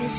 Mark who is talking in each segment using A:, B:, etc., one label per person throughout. A: This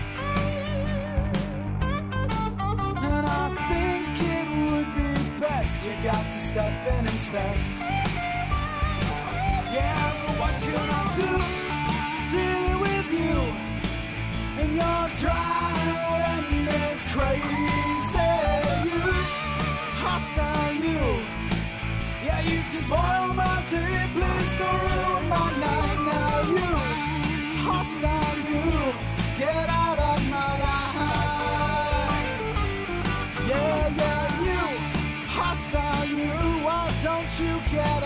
B: And I think it would be best you got to step in and inspect. Yeah, but what can I do dealing with you? And you're driving me crazy. You, hostile you. Yeah, you can spoil my day, please don't ruin my night. Now you, hostile you. Get out of my life. Yeah, yeah, you, hostile you. Why don't you get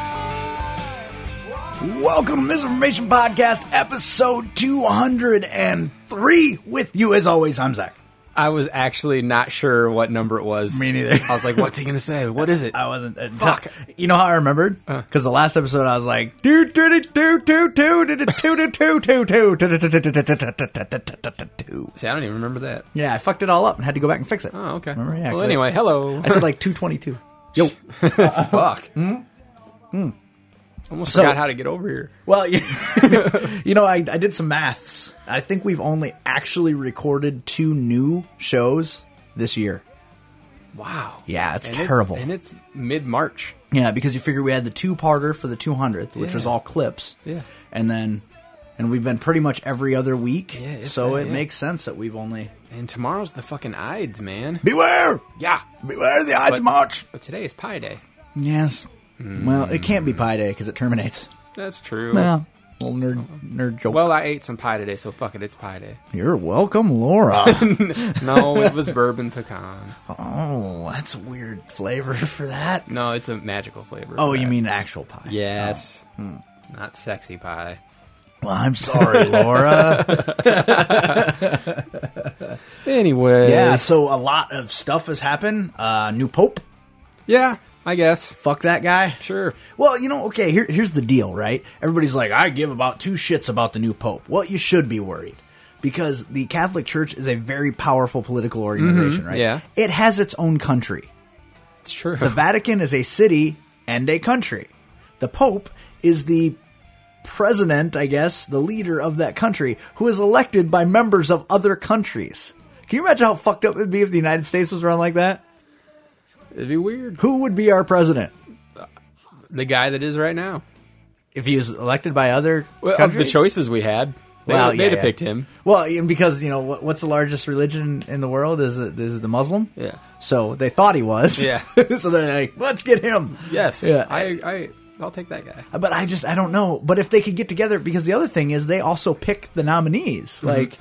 B: alive?
C: Welcome to Misinformation Podcast, episode 203. With you, as always, I'm Zach.
D: I was actually not sure what number it was.
C: Me neither.
D: I was like, what's he going to say? What is it?
C: I wasn't. Uh,
D: Fuck.
C: You know how I remembered? Because the last episode, I was like, do do do do do do do do do do do do do do do do do do do do do do.
D: See, I don't even remember that.
C: Yeah, I fucked it all up and had to go back and fix it.
D: Oh, okay.
C: Remember? Yeah, 'cause
D: well,
C: I-
D: anyway, hello.
C: I said like 222. Yo.
D: Fuck. Almost
C: Hmm. So-
D: forgot how to get over here.
C: Well, you you know, I, I did some maths. I think we've only actually recorded two new shows this year.
D: Wow.
C: Yeah, it's
D: And
C: terrible.
D: and it's mid March.
C: Yeah, because you figure we had the two parter for the 200th, which
D: Yeah.
C: was all clips.
D: Yeah.
C: And then, and we've been pretty much every other week.
D: Yeah, it's
C: so
D: that,
C: it
D: yeah.
C: makes sense that we've only.
D: And tomorrow's the fucking Ides, man.
C: Beware!
D: Yeah.
C: Beware the Ides
D: But-
C: March!
D: But today is Pi Day.
C: Yes. Well, it
D: Hmm.
C: can't be Pi Day because it terminates.
D: That's true.
C: Well, little nerd, nerd joke.
D: Well, I ate some pie today, so fuck it. It's Pi Day.
C: You're welcome, Laura.
D: No, it was bourbon pecan.
C: oh, that's a weird flavor for that.
D: No, it's a magical flavor.
C: Oh,
D: but-
C: you mean Oh. Hmm. actual pie?
D: Yes. Not sexy pie.
C: Well, I'm sorry, Laura.
D: Anyway.
C: yeah, so a lot of stuff has happened. Uh, new Pope.
D: Yeah, I guess.
C: Fuck that guy.
D: Sure.
C: Well, you know, okay, here, here's the deal, right? Everybody's like, I give about two shits about the new pope. Well, you should be worried because the Catholic Church is a very powerful political organization, right?
D: yeah.
C: It has its own country.
D: It's true.
C: The Vatican is a city and a country. The pope is the president, I guess, the leader of that country who is elected by members of other countries. Can you imagine how fucked up it would be if the United States was run like that?
D: It'd be weird.
C: Who would be our president?
D: The guy that is right now.
C: If he was elected by other
D: Well, of the
C: countries?
D: choices we had, they,
C: Well,
D: they'd
C: yeah,
D: have
C: yeah.
D: picked him.
C: Well, and because you know what, what's the largest religion in the world is it, is it the Muslim?
D: Yeah.
C: So they thought he was.
D: Yeah.
C: so they're like, let's get him.
D: Yes.
C: Yeah.
D: I, I, I'll take that guy.
C: but I just I don't know. But if they could get together, because the other thing is they also pick the nominees.
D: Mm-hmm.
C: Like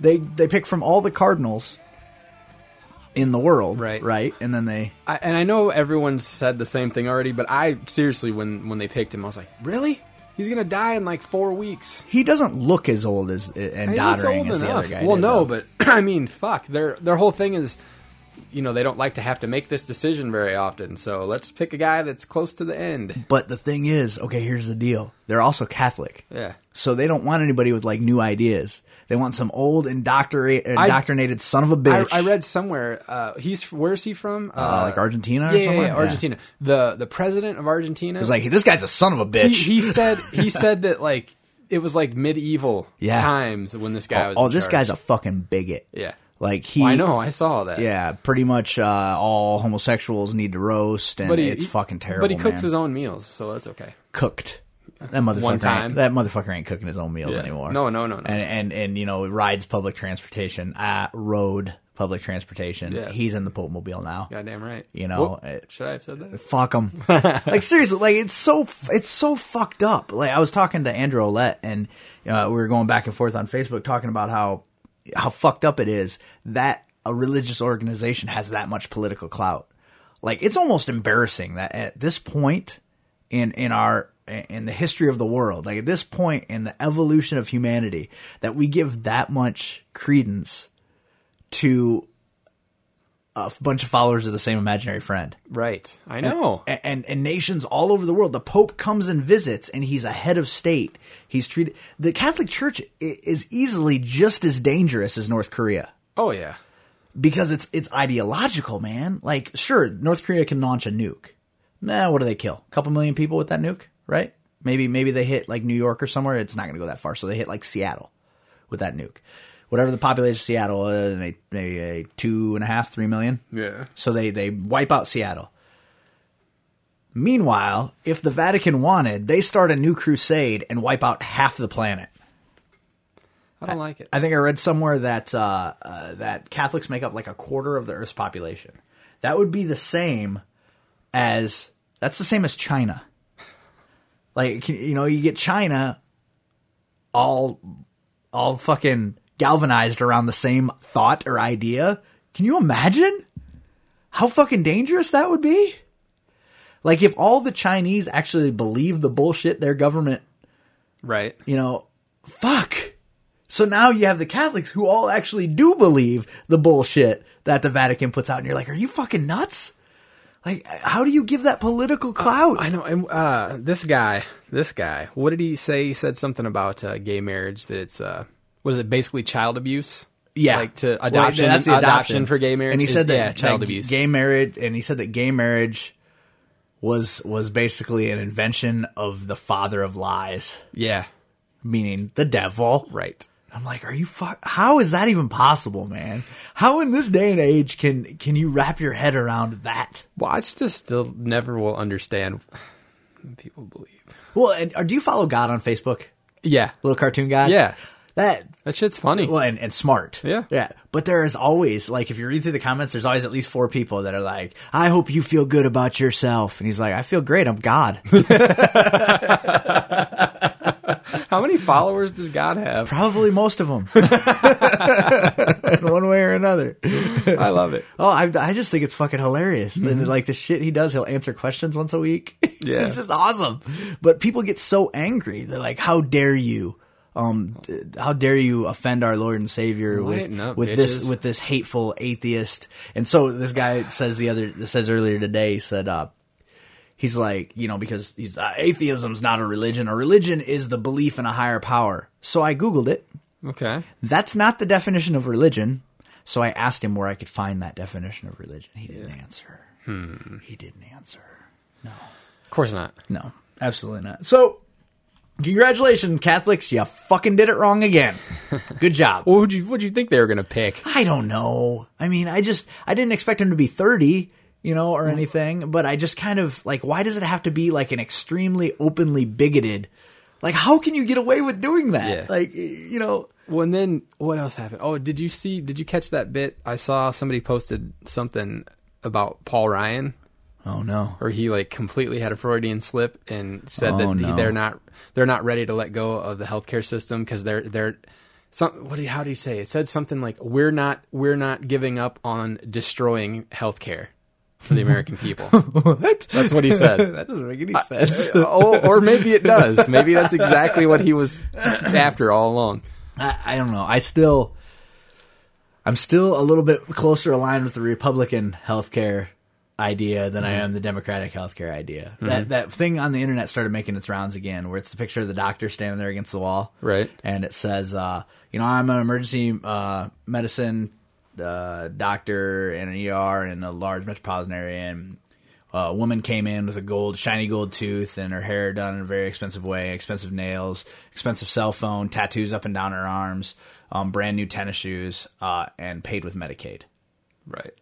C: they they pick from all the cardinals in the world.
D: Right.
C: Right. And then they
D: I, and I know everyone said the same thing already, but I seriously, when when they picked him, I was like, really? He's gonna die in like four weeks.
C: he doesn't look as old as eh, and
D: He looks
C: doddering
D: old
C: as the
D: enough.
C: other guy.
D: well,
C: did,
D: no,
C: though.
D: but I mean, fuck. Their their whole thing is, you know, they don't like to have to make this decision very often. So let's pick a guy that's close to the end.
C: But the thing is, okay, here's the deal. They're also Catholic.
D: Yeah.
C: So they don't want anybody with like new ideas. They want some old indoctri- indoctrinated son of a
D: I,
C: bitch.
D: I read somewhere. Uh, he's where's he from? Uh,
C: like Argentina or
D: yeah, yeah,
C: somewhere?
D: yeah,
C: Yeah.
D: Argentina. The the president of Argentina
C: It's like this guy's a son of a
D: he,
C: bitch.
D: he said he said that like it was like medieval
C: Yeah.
D: times when this guy was.
C: oh,
D: in
C: this
D: charge.
C: guy's a fucking bigot.
D: yeah.
C: Like he,
D: Well, I know. I saw that.
C: Yeah, pretty much uh, all homosexuals need to roast, and
D: but he,
C: it's
D: he-
C: fucking terrible.
D: But he cooks
C: man.
D: his own meals, so that's okay.
C: cooked. That motherfucker.
D: One
C: ain't-
D: time.
C: That motherfucker ain't cooking his own meals
D: Yeah.
C: anymore.
D: No, no, no, no.
C: And and and you know rides public transportation. Uh, road public transportation.
D: Yeah.
C: He's in the Pope mobile now.
D: Goddamn right.
C: You know,
D: Whoop.
C: it-
D: should I have said that?
C: fuck them. like seriously, like it's so f- it's so fucked up. Like I was talking to Andrew Olette, and uh, we were going back and forth on Facebook talking about how how fucked up it is that a religious organization has that much political clout. Like it's almost embarrassing that at this point in in our in the history of the world, like at this point in the evolution of humanity, that we give that much credence to a f- bunch of followers of the same imaginary friend.
D: Right. I know.
C: A- and and nations all over the world. The Pope comes and visits, and he's a head of state. He's treated the Catholic Church i- is easily just as dangerous as North Korea
D: oh yeah.
C: because it's it's ideological, man. Like, sure, North Korea can launch a nuke. Nah, what do they kill? A couple million people with that nuke, right? Maybe maybe they hit like New York or somewhere. It's not going to go that far, so they hit like Seattle with that nuke. Whatever the population of Seattle is, may- maybe a two and a half, three million.
D: Yeah.
C: So they they wipe out Seattle. Meanwhile, if the Vatican wanted, they start a new crusade and wipe out half the planet.
D: I don't like it.
C: I think I read somewhere that uh, uh, that Catholics make up like a quarter of the Earth's population. That would be the same as that's the same as China. Like you know, you get China all all fucking galvanized around the same thought or idea. Can you imagine how fucking dangerous that would be? Like if all the Chinese actually believe the bullshit their government
D: right.
C: you know, fuck. So now you have the Catholics who all actually do believe the bullshit that the Vatican puts out, and you're like, are you fucking nuts? Like, how do you give that political clout?
D: I know. And uh, this guy, this guy, what did he say? He said something about uh, gay marriage that it's uh, what is it? Basically, child abuse.
C: yeah,
D: like to
C: Well,
D: adoption.
C: that's the
D: adoption. for gay marriage.
C: And he
D: is-
C: said that
D: yeah, child
C: that
D: abuse.
C: gay marriage, and he said that gay marriage was was basically an invention of the father of lies,
D: yeah,
C: meaning the devil.
D: right.
C: I'm like, are you fuck? How is that even possible, man? How in this day and age can can you wrap your head around that?
D: Well, I just still never will understand. People believe.
C: Well, and or do you follow God on Facebook?
D: Yeah,
C: Little cartoon guy.
D: Yeah.
C: that.
D: that shit's funny.
C: Well, and, and smart.
D: Yeah.
C: yeah. But there is always like if you read through the comments, there's always at least four people that are like, "I hope you feel good about yourself," and he's like, "I feel great. I'm God."
D: How many followers does God have?
C: Probably most of them, in one way or another.
D: I love it.
C: Oh, I, I just think it's fucking hilarious. And like the shit he does, he'll answer questions once a week.
D: Mm-hmm. Yeah.
C: it's just awesome. But people get so angry. They're like, "How dare you? Um, d- how dare you offend our Lord and Savior
D: Lighten
C: with
D: up,
C: with this
D: bitches."
C: with this hateful atheist?" And so this guy says the other says earlier today he said, uh, he's like, you know, because he's uh, atheism's not a religion. A religion is the belief in a higher power. So I googled it.
D: Okay.
C: That's not the definition of religion. So I asked him where I could find that definition of religion. He didn't answer. He didn't answer.
D: Of course not.
C: No, absolutely not. So, congratulations, Catholics. You fucking did it wrong again. Good job.
D: What would you What do you think they were gonna pick?
C: I don't know. I mean, I just, I didn't expect him to be 30, you know, or anything, but I just kind of, like, why does it have to be, like, an extremely openly bigoted? Like, how can you get away with doing that?
D: Yeah.
C: Like, you know,
D: Well, and then what else happened? Oh, did you see? Did you catch that bit? I saw somebody posted something about Paul Ryan,
C: oh no.
D: or he like completely had a Freudian slip and said
C: Oh,
D: that he-
C: no.
D: they're not they're not ready to let go of the healthcare system because they're they're some what do you, how do you say it said something like we're not we're not giving up on destroying healthcare for the American people.
C: What?
D: That's what he said.
C: That doesn't make any sense.
D: oh, or maybe it does. Maybe that's exactly what he was after all along.
C: I, I don't know. I still, I'm still a little bit closer aligned with the Republican healthcare idea than I am the Democratic healthcare idea. That that thing on the internet started making its rounds again, where it's the picture of the doctor standing there against the wall,
D: Right.
C: And it says, uh, you know, I'm an emergency uh, medicine uh, doctor in an ER in a large metropolitan area, and a woman came in with a gold, shiny gold tooth, and her hair done in a very expensive way, expensive nails, expensive cell phone, tattoos up and down her arms, um, brand new tennis shoes, uh, and paid with Medicaid.
D: Right.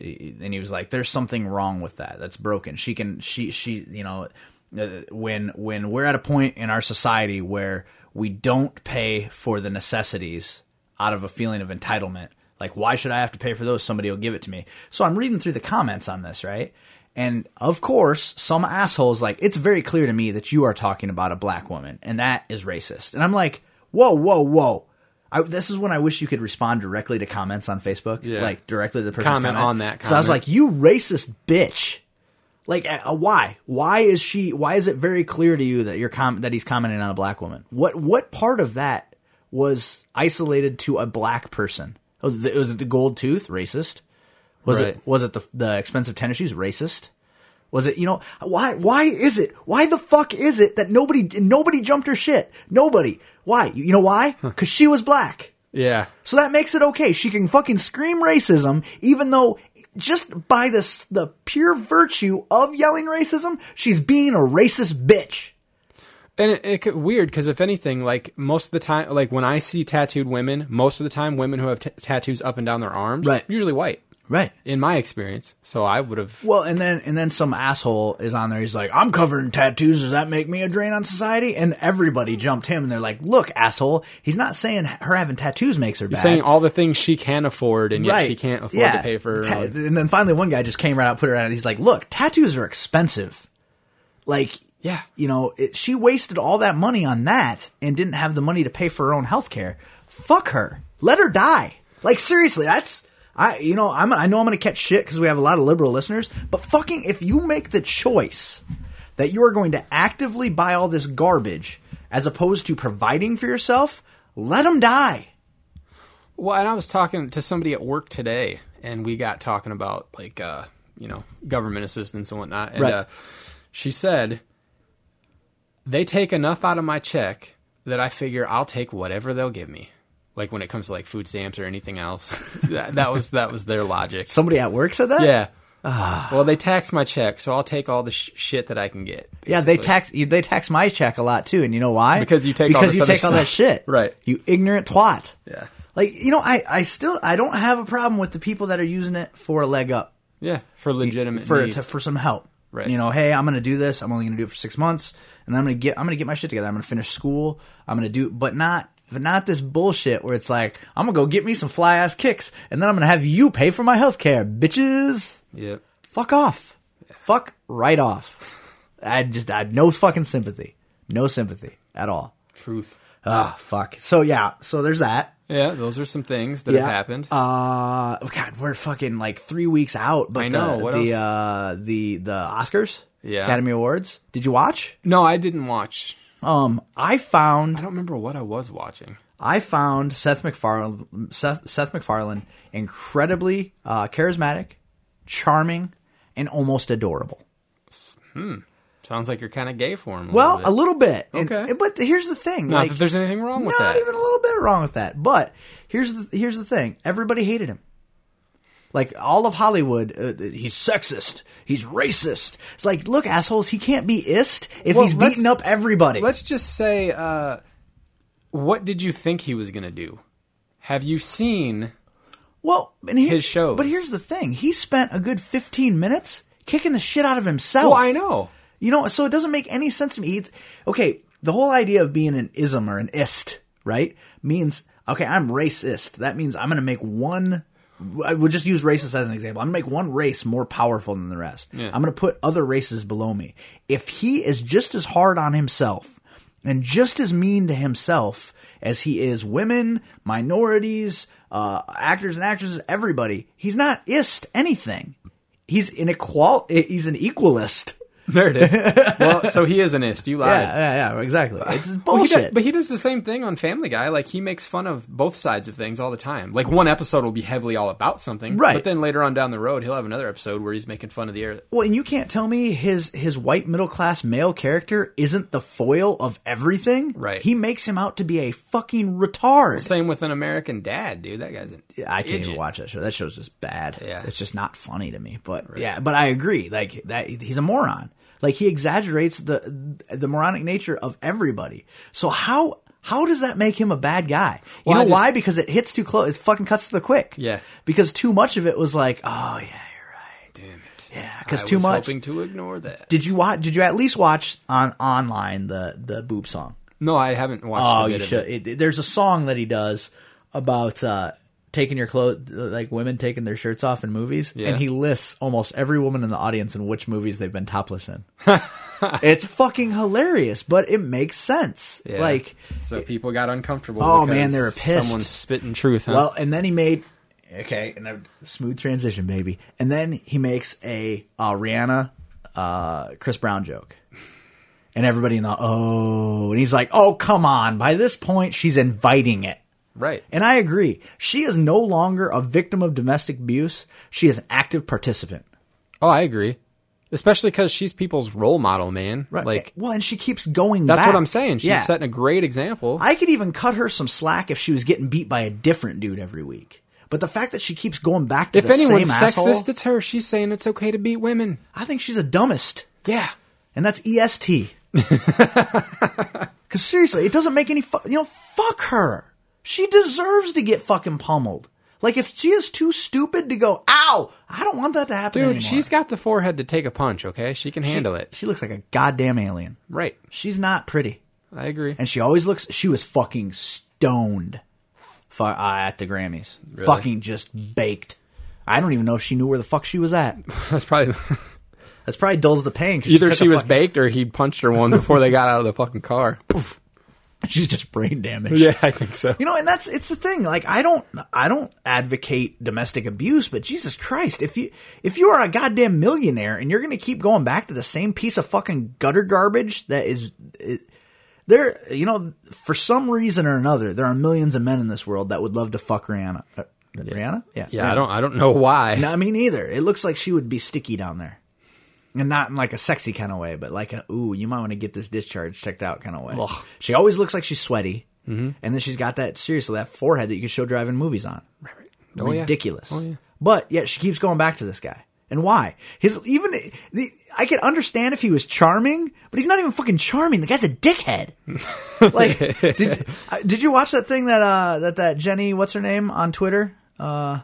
C: And he was like, "There's something wrong with that. That's broken. She can, she, she, you know, uh, when when we're at a point in our society where we don't pay for the necessities out of a feeling of entitlement, like why should I have to pay for those? Somebody will give it to me. So I'm reading through the comments on this, right? And of course, some assholes like it's very clear to me that you are talking about a black woman, and that is racist. And I'm like, whoa, whoa, whoa. I, this is when I wish you could respond directly to comments on Facebook,
D: Yeah.
C: like directly to the person
D: Comment on that
C: because I was
D: comment.
C: like, "You racist bitch!" Like, uh, uh, why? Why is she? Why is it very clear to you that you're com- that he's commenting on a black woman? What what part of that was isolated to a black person? Was it, was it the gold tooth racist? Was
D: Right.
C: it was it the the expensive tennis shoes racist? Was it you know why why is it why the fuck is it that nobody nobody jumped her shit nobody why you, you know why because she was black
D: Yeah.
C: so that makes it okay she can fucking scream racism even though just by this the pure virtue of yelling racism she's being a racist bitch
D: And it, it could, weird because if anything, like most of the time, like when I see tattooed women, most of the time, women who have t- tattoos up and down their arms,
C: Right.
D: usually white,
C: right
D: in my experience. So I would have.
C: Well, and then and then some asshole is on there. He's like, "I'm covered in tattoos. Does that make me a drain on society?" And everybody jumped him, and they're like, "Look, asshole. He's not saying her having tattoos makes her bad.
D: Saying all the things she can afford, and yet she can't afford
C: Yeah.
D: to pay for. her
C: Ta-
D: own.
C: and then finally, one guy just came right out, put her out. and He's like, "Look, tattoos are expensive. Like,
D: Yeah.
C: you know, it, she wasted all that money on that and didn't have the money to pay for her own health care. Fuck her. Let her die. Like seriously, that's I you know, I'm I know I'm going to catch shit cuz we have a lot of liberal listeners, but fucking if you make the choice that you are going to actively buy all this garbage as opposed to providing for yourself, let them die.
D: Well, and I was talking to somebody at work today, and we got talking about like uh, you know government assistance and whatnot. And
C: Right.
D: uh, she said they take enough out of my check that I figure I'll take whatever they'll give me. Like when it comes to like food stamps or anything else, that, that was that was their logic.
C: Somebody at work said that?
D: yeah.
C: Ah.
D: well, they tax my check, so I'll take all the sh- shit that I can get.
C: Yeah, they
D: basically.
C: tax you- they tax my check a lot too, and you know why?
D: Because you take all
C: because
D: this
C: you
D: other
C: take all that
D: stuff.
C: shit,
D: Right.
C: You ignorant twat.
D: Yeah.
C: like you know, I I still I don't have a problem with the people that are using it for a leg up
D: Yeah, for legitimate
C: for
D: need.
C: to, for some help.
D: Right.
C: You know, hey, I'm going to do this. I'm only going to do it for six months, and I'm going to get I'm going to get my shit together. I'm going to finish school. I'm going to do, but not but not this bullshit where it's like I'm going to go get me some fly ass kicks, and then I'm going to have you pay for my health care, bitches.
D: yeah.
C: Fuck off. Fuck right off. I just I had no fucking sympathy. No sympathy at all.
D: Truth.
C: Ah, fuck. So yeah, so there's that.
D: Yeah, those are some things that
C: Yeah.
D: have happened.
C: Uh God, we're fucking like three weeks out, but
D: I know,
C: the
D: what
C: the,
D: else?
C: uh the the Oscars?
D: Yeah.
C: Academy Awards. Did you watch?
D: no, I didn't watch.
C: Um I
D: I
C: found
D: don't remember what I was watching.
C: I found Seth MacFarlane Seth, Seth MacFarlane incredibly uh charismatic, charming, and almost adorable.
D: Sounds like you're kind of gay for him. A
C: Well, a
D: little bit.
C: little bit. And-
D: Okay.
C: but here's the thing.
D: not
C: like,
D: that there's anything wrong with
C: not
D: that.
C: even a little bit wrong with that. But here's the here's the thing. Everybody hated him. Like all of Hollywood, uh, he's sexist. He's racist. It's like, look, assholes, he can't be ist if
D: Well,
C: he's
D: let's-
C: beating up everybody.
D: Let's just say, uh, what did you think he was going to do? Have you seen?
C: well, and here,
D: his shows.
C: But here's the thing. He spent a good 15 minutes kicking the shit out of himself.
D: Well, I know.
C: You know, so it doesn't make any sense to me. It's, okay, the whole idea of being an ism or an ist, right, means okay, I'm racist. That means I'm going to make one. I will just use racist as an example. I'm going to make one race more powerful than the rest. I'm going to put other races below me. If he is just as hard on himself and just as mean to himself as he is women, minorities, uh, actors and actresses, everybody, he's not ist anything. He's an equal. He's an equalist.
D: There it is. well, so he is an ist. You lied.
C: Yeah, yeah, yeah, exactly. It's just
D: Well, he
C: bullshit.
D: does- but he does the same thing on Family Guy. Like he makes fun of both sides of things all the time. Like one episode will be heavily all about something,
C: Right.
D: But then later on down the road, he'll have another episode where he's making fun of the earth.
C: well, and you can't tell me his his white middle class male character isn't the foil of everything.
D: Right.
C: He makes him out to be a fucking retard.
D: Same with an American Dad, dude. That guy's an
C: I can't even
D: idiot.
C: watch that show. That show's just bad.
D: Yeah.
C: It's just not funny to me. But yeah, but I agree. Like that he's a moron. Like he exaggerates the the moronic nature of everybody. So how how does that make him a bad guy? You
D: Well,
C: know
D: I just-
C: why? Because it hits too close. It fucking cuts to the quick.
D: Yeah.
C: Because too much of it was like, oh yeah,
D: Damn it.
C: yeah, because
D: I
C: too
D: was
C: much.
D: Hoping to ignore that.
C: Did you watch? Did you at least watch on online the the boob song?
D: No, I haven't watched.
C: Oh,
D: a bit
C: you
D: of
C: should.
D: it.
C: It, it- there's a song that he does about uh, taking your clothes, like women taking their shirts off in movies,
D: Yeah.
C: and he lists almost every woman in the audience and which movies they've been topless in. it's fucking hilarious, but it makes sense.
D: Yeah.
C: Like,
D: so people got uncomfortable.
C: Oh,
D: because
C: man, they were pissed.
D: Someone spitting truth. Huh?
C: well, and then he made okay, and a smooth transition, baby, and then he makes a uh, Rihanna, uh, Chris Brown joke. And everybody in the oh, and he's like, "Oh, come on! By this point, she's inviting it."
D: Right.
C: And I agree. She is no longer a victim of domestic abuse. She is an active participant.
D: Oh, I agree. Especially because she's people's role model, man.
C: Right.
D: Like
C: well, and she keeps going.
D: that's
C: back.
D: what I'm saying. She's
C: Yeah.
D: setting a great example.
C: I could even cut her some slack if she was getting beat by a different dude every week. But the fact that she keeps going back to
D: if
C: the
D: anyone's
C: same
D: sexist,
C: asshole,
D: it's her. She's saying it's okay to beat women.
C: I think she's a dumbest,
D: Yeah.
C: and that's E EST. Because seriously, it doesn't make any. Fu- you know, fuck her. She deserves to get fucking pummeled. Like if she is too stupid to go, ow, I don't want that to happen.
D: Dude,
C: anymore."
D: she's got the forehead to take a punch, okay? She can handle it.
C: She looks like a goddamn alien.
D: Right.
C: She's not pretty.
D: I agree.
C: and she always looks. She was fucking stoned fu- uh, at the Grammys, fucking just baked. I don't even know if she knew where the fuck she was at.
D: That's probably
C: That's probably dulls the pain. 'cause
D: either
C: took
D: she
C: a
D: was
C: fucking-
D: baked or he punched her one before they got out of the fucking car.
C: She's just brain damaged.
D: yeah, I think so.
C: You know, and that's it's the thing. Like I don't I don't advocate domestic abuse, but Jesus Christ, if you if you are a goddamn millionaire and you're going to keep going back to the same piece of fucking gutter garbage that is it, there, you know, for some reason or another, there are millions of men in this world that would love to fuck Rihanna. Uh, Rihanna? Yeah.
D: Yeah, I don't I don't know why.
C: No, me neither. It looks like she would be sticky down there. And not in like a sexy kind of way, but like a ooh, you might want to get this discharge checked out kind of way.
D: Ugh.
C: She always looks like she's sweaty, mm-hmm. and then she's got that seriously that forehead that you could show driving movies on.
D: Oh, yeah.
C: Ridiculous.
D: Oh, yeah.
C: But yet she keeps going back to this guy, and why? His even the, I could understand if he was charming, but he's not even fucking charming. The guy's a dickhead. like, did, uh, did you watch that thing that uh that that Jenny what's her name on Twitter? Uh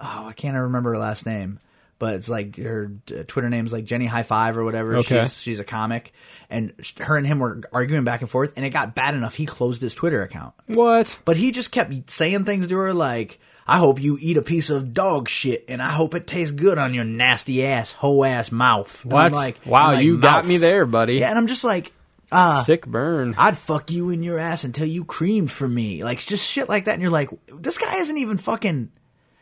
C: oh, I can't remember her last name, but it's like her uh, Twitter name's like Jenny High Five or whatever.
D: Okay.
C: She's, she's a comic, and sh- her and him were arguing back and forth, and it got bad enough he closed his Twitter account.
D: What?
C: But he just kept saying things to her like, "I hope you eat a piece of dog shit, and I hope it tastes good on your nasty ass, hoe ass mouth." And I'm
D: What?
C: like-
D: wow,
C: I'm like,
D: you got
C: "Mouth."
D: me there, buddy.
C: Yeah, and I'm just like, uh,
D: Sick burn.
C: I'd fuck you in your ass until you creamed for me. Like, just shit like that. And you're like, this guy isn't even fucking,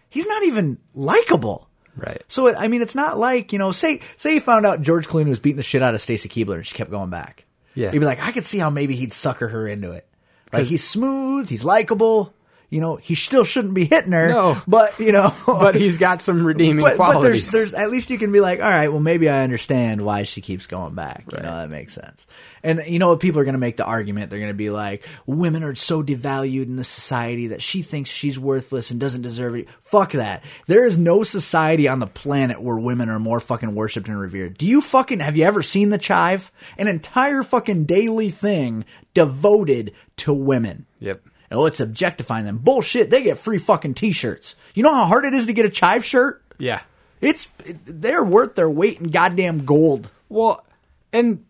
C: he's not even likable.
D: right.
C: So, I mean, it's not like, you know, say, say you found out George Clooney was beating the shit out of Stacey Keebler and she kept going back.
D: Yeah.
C: You'd be like, I could see how maybe he'd sucker her into it. Like, he's smooth, he's likable. You know, he still shouldn't be hitting her.
D: No.
C: But, you know,
D: But he's got some redeeming
C: but, but
D: qualities.
C: there's there's at least you can be like, all right, well maybe I understand why she keeps going back. You know
D: Right.
C: that makes sense. And you know what people are going to make the argument? They're going to be like, women are so devalued in this society that she thinks she's worthless and doesn't deserve it. Fuck that. There is no society on the planet where women are more fucking worshipped and revered. Do you fucking have you ever seen the chive? An entire fucking daily thing devoted to women.
D: Yep.
C: Oh, it's objectifying them. Bullshit. They get free fucking t-shirts. You know how hard it is to get a chive shirt?
D: Yeah.
C: It's they're worth their weight in goddamn gold.
D: Well, and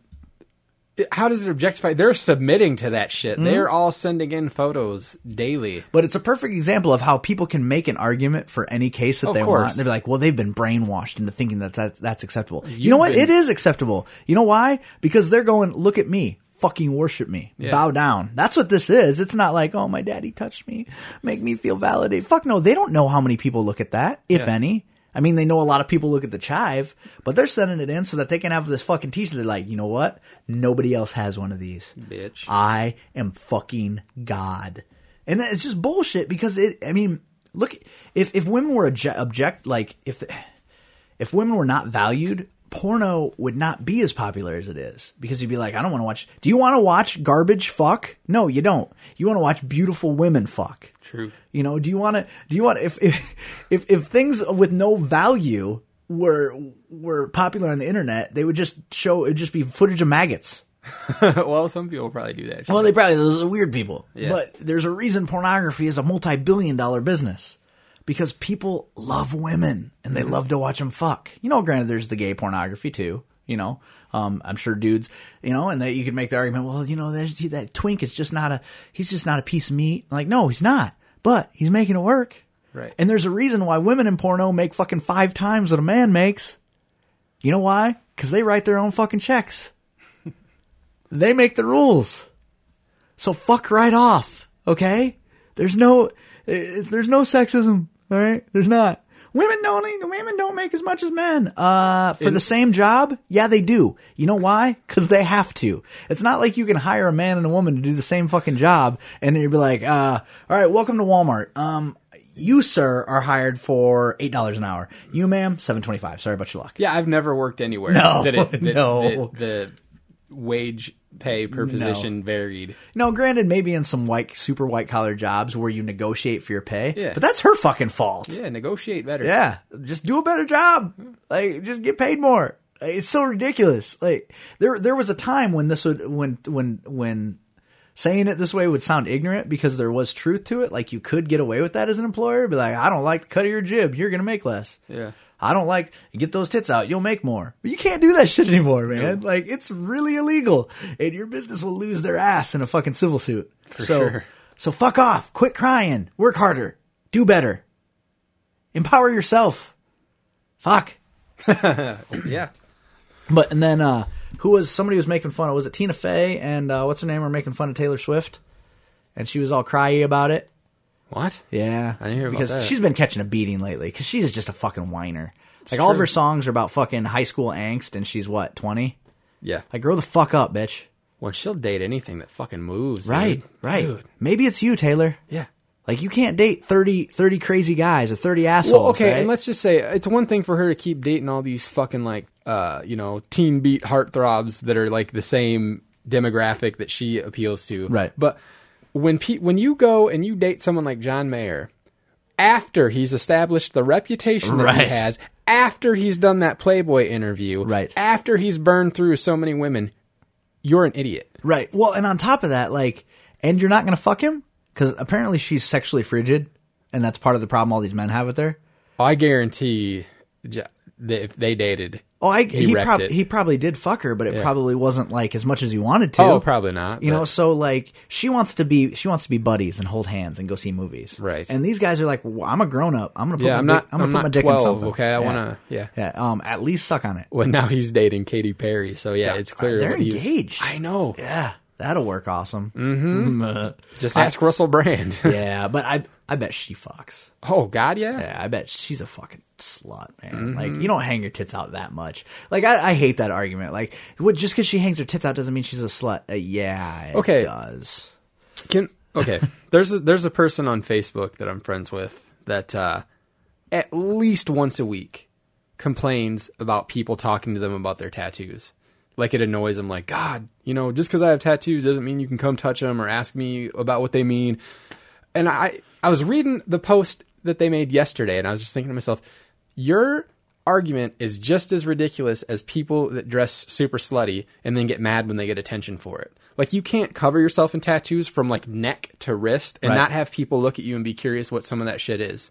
D: it- how does it objectify? They're submitting to that
C: Hmm?
D: shit. They're all sending in photos daily.
C: But it's a perfect example of how people can make an argument for any case that
D: Of
C: they
D: course.
C: want. They're like, "Well, they've been brainwashed into thinking that that's, that's acceptable." you know what? It is acceptable. You know why? Because they're going, "Look at me." Fucking worship me, bow down. That's what this is. It's not like, oh, my daddy touched me, make me feel validated. Fuck no, they don't know how many people look at that, if any. I mean, they know a lot of people look at the chive, but they're sending it in so that they can have this fucking t-shirt. They're like, you know what? Nobody else has one of these.
D: Bitch.
C: I am fucking God. And that, it's just bullshit because it, I mean, look, if, if women were obje- object, like, if, the, if women were not valued, porno would not be as popular as it is because you'd be like, I don't want to watch, do you want to watch garbage fuck? No, you don't. You want to watch beautiful women fuck.
D: True.
C: You know, do you want to? Do you want if if if, if things with no value were were popular on the internet, they would just show it'd just be footage of maggots.
D: well, some people probably do that. Shit.
C: Well, they probably those are the weird people.
D: Yeah.
C: But there's a reason pornography is a multi-billion-dollar business because people love women and they love to watch them fuck. You know, granted, there's the gay pornography too. You know, um, I'm sure dudes, you know, and that you could make the argument. Well, you know, there's, that twink is just not a he's just not a piece of meat. Like, no, he's not, but he's making it work.
D: Right.
C: And there's a reason why women in porno make fucking five times what a man makes. You know why? Because they write their own fucking checks. they make the rules. So fuck right off, okay? There's no, eh, there's no sexism, all right? There's not. women don't women don't make as much as men uh, for the same job. Yeah, they do. You know why? Because they have to. It's not like you can hire a man and a woman to do the same fucking job, and then you'd be like, uh, "All right, welcome to Walmart. Um, you sir are hired for eight dollars an hour. You ma'am, seven twenty-five. Sorry about your luck.
D: Yeah, I've never worked anywhere
C: No,
D: that, it, that,
C: no.
D: that the wage pay per position varied.
C: No, granted, maybe in some white, super white collar jobs where you negotiate for your pay,
D: Yeah.
C: but that's her fucking fault.
D: Yeah, negotiate better.
C: Yeah, just do a better job. Like, just get paid more. Like, It's so ridiculous. Like, there there was a time when this would when when when saying it this way would sound ignorant because there was truth to it. Like, you could get away with that as an employer. Be like, I don't like the cut of your jib. You're gonna make less.
D: Yeah.
C: I don't like get those tits out. You'll make more. But you can't do that shit anymore, man. Like, it's really illegal, and your business will lose their ass in a fucking civil suit. For so,
D: sure.
C: So fuck off. Quit crying. Work harder. Do better. Empower yourself. Fuck.
D: Yeah.
C: But and then uh who was somebody was making fun of was it Tina Fey and uh what's her name were making fun of Taylor Swift? And she was all cryy about it.
D: What?
C: Yeah.
D: I didn't hear about
C: because
D: that.
C: she's been catching a beating lately cuz she's just a fucking whiner. like all of
D: true.
C: her songs are about fucking high school angst and she's what, 20?
D: Yeah.
C: Like grow the fuck up, bitch.
D: Well, she'll date anything that fucking moves.
C: Right.
D: dude.
C: Right.
D: Dude.
C: Maybe it's you, Taylor.
D: Yeah.
C: Like you can't date 30, 30 crazy guys or 30 assholes,
D: Well, okay,
C: right?
D: and let's just say it's one thing for her to keep dating all these fucking like, uh, you know, teen beat heartthrobs that are like the same demographic that she appeals to.
C: Right.
D: But when pe- when you go and you date someone like John Mayer, after he's established the reputation that he
C: Right.
D: has, after he's done that Playboy interview,
C: Right.
D: after he's burned through so many women, you're an idiot.
C: Right. Well, and on top of that, like, and you're not going to fuck him because apparently she's sexually frigid, and that's part of the problem all these men have with her.
D: I guarantee J- that if they dated,
C: Oh, I he,
D: wrecked
C: prob-
D: it.
C: he probably did fuck her, but it probably wasn't like as much as he wanted to.
D: Oh, probably not,
C: You know,
D: but-
C: so like she wants to be she wants to be buddies and hold hands and go see movies.
D: Right.
C: And these guys are like, well, I'm a grown up. I'm gonna put
D: Yeah,
C: my dick-
D: I'm not-
C: I'm gonna
D: I'm
C: put
D: not
C: my dick in
D: 12,
C: something.
D: okay? I wanna- yeah.
C: Yeah. Um. At least suck on it.
D: Well, now he's dating Katy Perry, so yeah, it's clear
C: They're
D: what he was-
C: engaged.
D: I know.
C: Yeah. That'll work awesome. Mm-hmm.
D: Just ask Russell Brand.
C: yeah. But I I bet she fucks.
D: oh God, yeah.
C: Yeah, I bet she's a fucking slut, man. Like
D: Mm-hmm.
C: you don't hang your tits out that much. Like I, I hate that argument. Like what? Just because she hangs her tits out doesn't mean she's a slut. Uh, yeah, it
D: Okay.
C: does.
D: Can okay. there's a, there's a person on Facebook that I'm friends with that uh, at least once a week complains about people talking to them about their tattoos. Like it annoys them. Like God, you know, just because I have tattoos doesn't mean you can come touch them or ask me about what they mean. And I I was reading the post that they made yesterday, and I was just thinking to myself, your argument is just as ridiculous as people that dress super slutty and then get mad when they get attention for it. Like you can't cover yourself in tattoos from like neck to wrist and
C: Right.
D: not have people look at you and be curious what some of that shit is.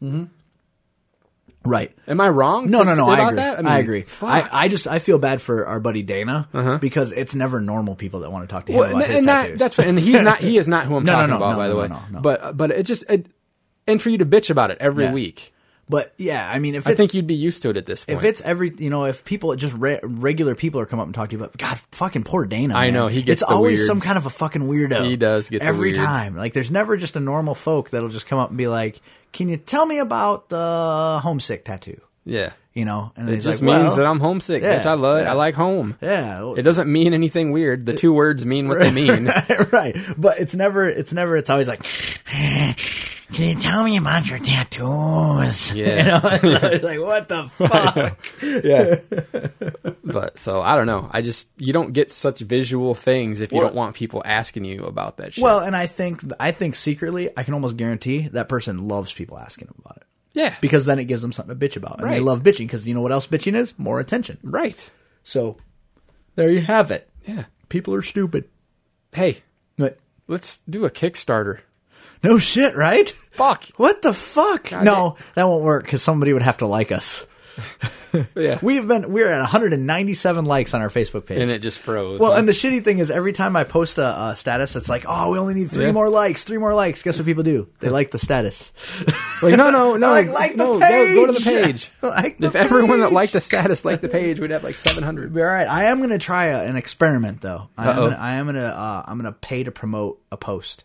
C: Right.
D: Am I wrong?
C: No,
D: to-
C: no,
D: to-
C: no.
D: about
C: I agree.
D: That?
C: I,
D: mean,
C: agree.
D: fuck. Uh-huh.
C: I, I just I feel bad for our buddy Dana because it's never normal people that want to talk to him
D: Well,
C: about
D: and
C: his
D: and that,
C: tattoos.
D: that's and he's not he is not who I'm
C: No, no,
D: talking
C: no,
D: about
C: no,
D: by the
C: no,
D: way.
C: no, no.
D: But but it just it, and for you to bitch about it every
C: Yeah.
D: week,
C: but yeah, I mean, if
D: I
C: it's
D: think you'd be used to it at this point.
C: if it's every you know if people just re- regular people are come up and talk to you about god fucking poor dana
D: I
C: man.
D: know, he gets
C: it's
D: the
C: always
D: weirds.
C: some kind of a fucking weirdo
D: He does get the
C: every
D: weirds.
C: time like there's never just a normal folk that'll just come up and be like can you tell me about the homesick tattoo
D: yeah,
C: you know and
D: It
C: he's
D: just
C: like,
D: means
C: well,
D: that I'm homesick,
C: yeah,
D: bitch. I love
C: yeah.
D: I like home.
C: yeah well,
D: It doesn't mean anything weird. The two words mean what they mean.
C: right but it's never it's never it's always like can you tell me about your tattoos
D: Yeah.
C: you know it's always like what the fuck
D: yeah. but so I don't know. I just you don't get such visual things if you
C: Well-
D: don't want people asking you about that shit.
C: Well, and I think I think secretly, I can almost guarantee that person loves people asking them about it
D: yeah.
C: because then it gives them something to bitch about, and they
D: Right.
C: love bitching because you know what else bitching is? More attention.
D: right.
C: So there you have it.
D: Yeah.
C: People are stupid.
D: Hey,
C: But
D: let's do a Kickstarter.
C: no shit, right?
D: Fuck.
C: What the fuck? no, that won't work because somebody would have to like us.
D: Yeah.
C: We've been we're at 197 likes on our Facebook page.
D: and it just froze.
C: Well, and the shitty thing is, every time I post a, uh status, it's like, oh, we only need three
D: Yeah.
C: more likes, three more likes. Guess what people do? They like the status.
D: like no, no, no,
C: Like, like the
D: no, go- Go, to the
C: page.
D: page.
C: Like the
D: if everyone that
C: page.
D: liked the status liked the page, we'd have like seven hundred.
C: Be all right. I am going to try a, an experiment, though. I am
D: Uh-oh.
C: gonna, I am gonna uh, I'm gonna pay to promote a post.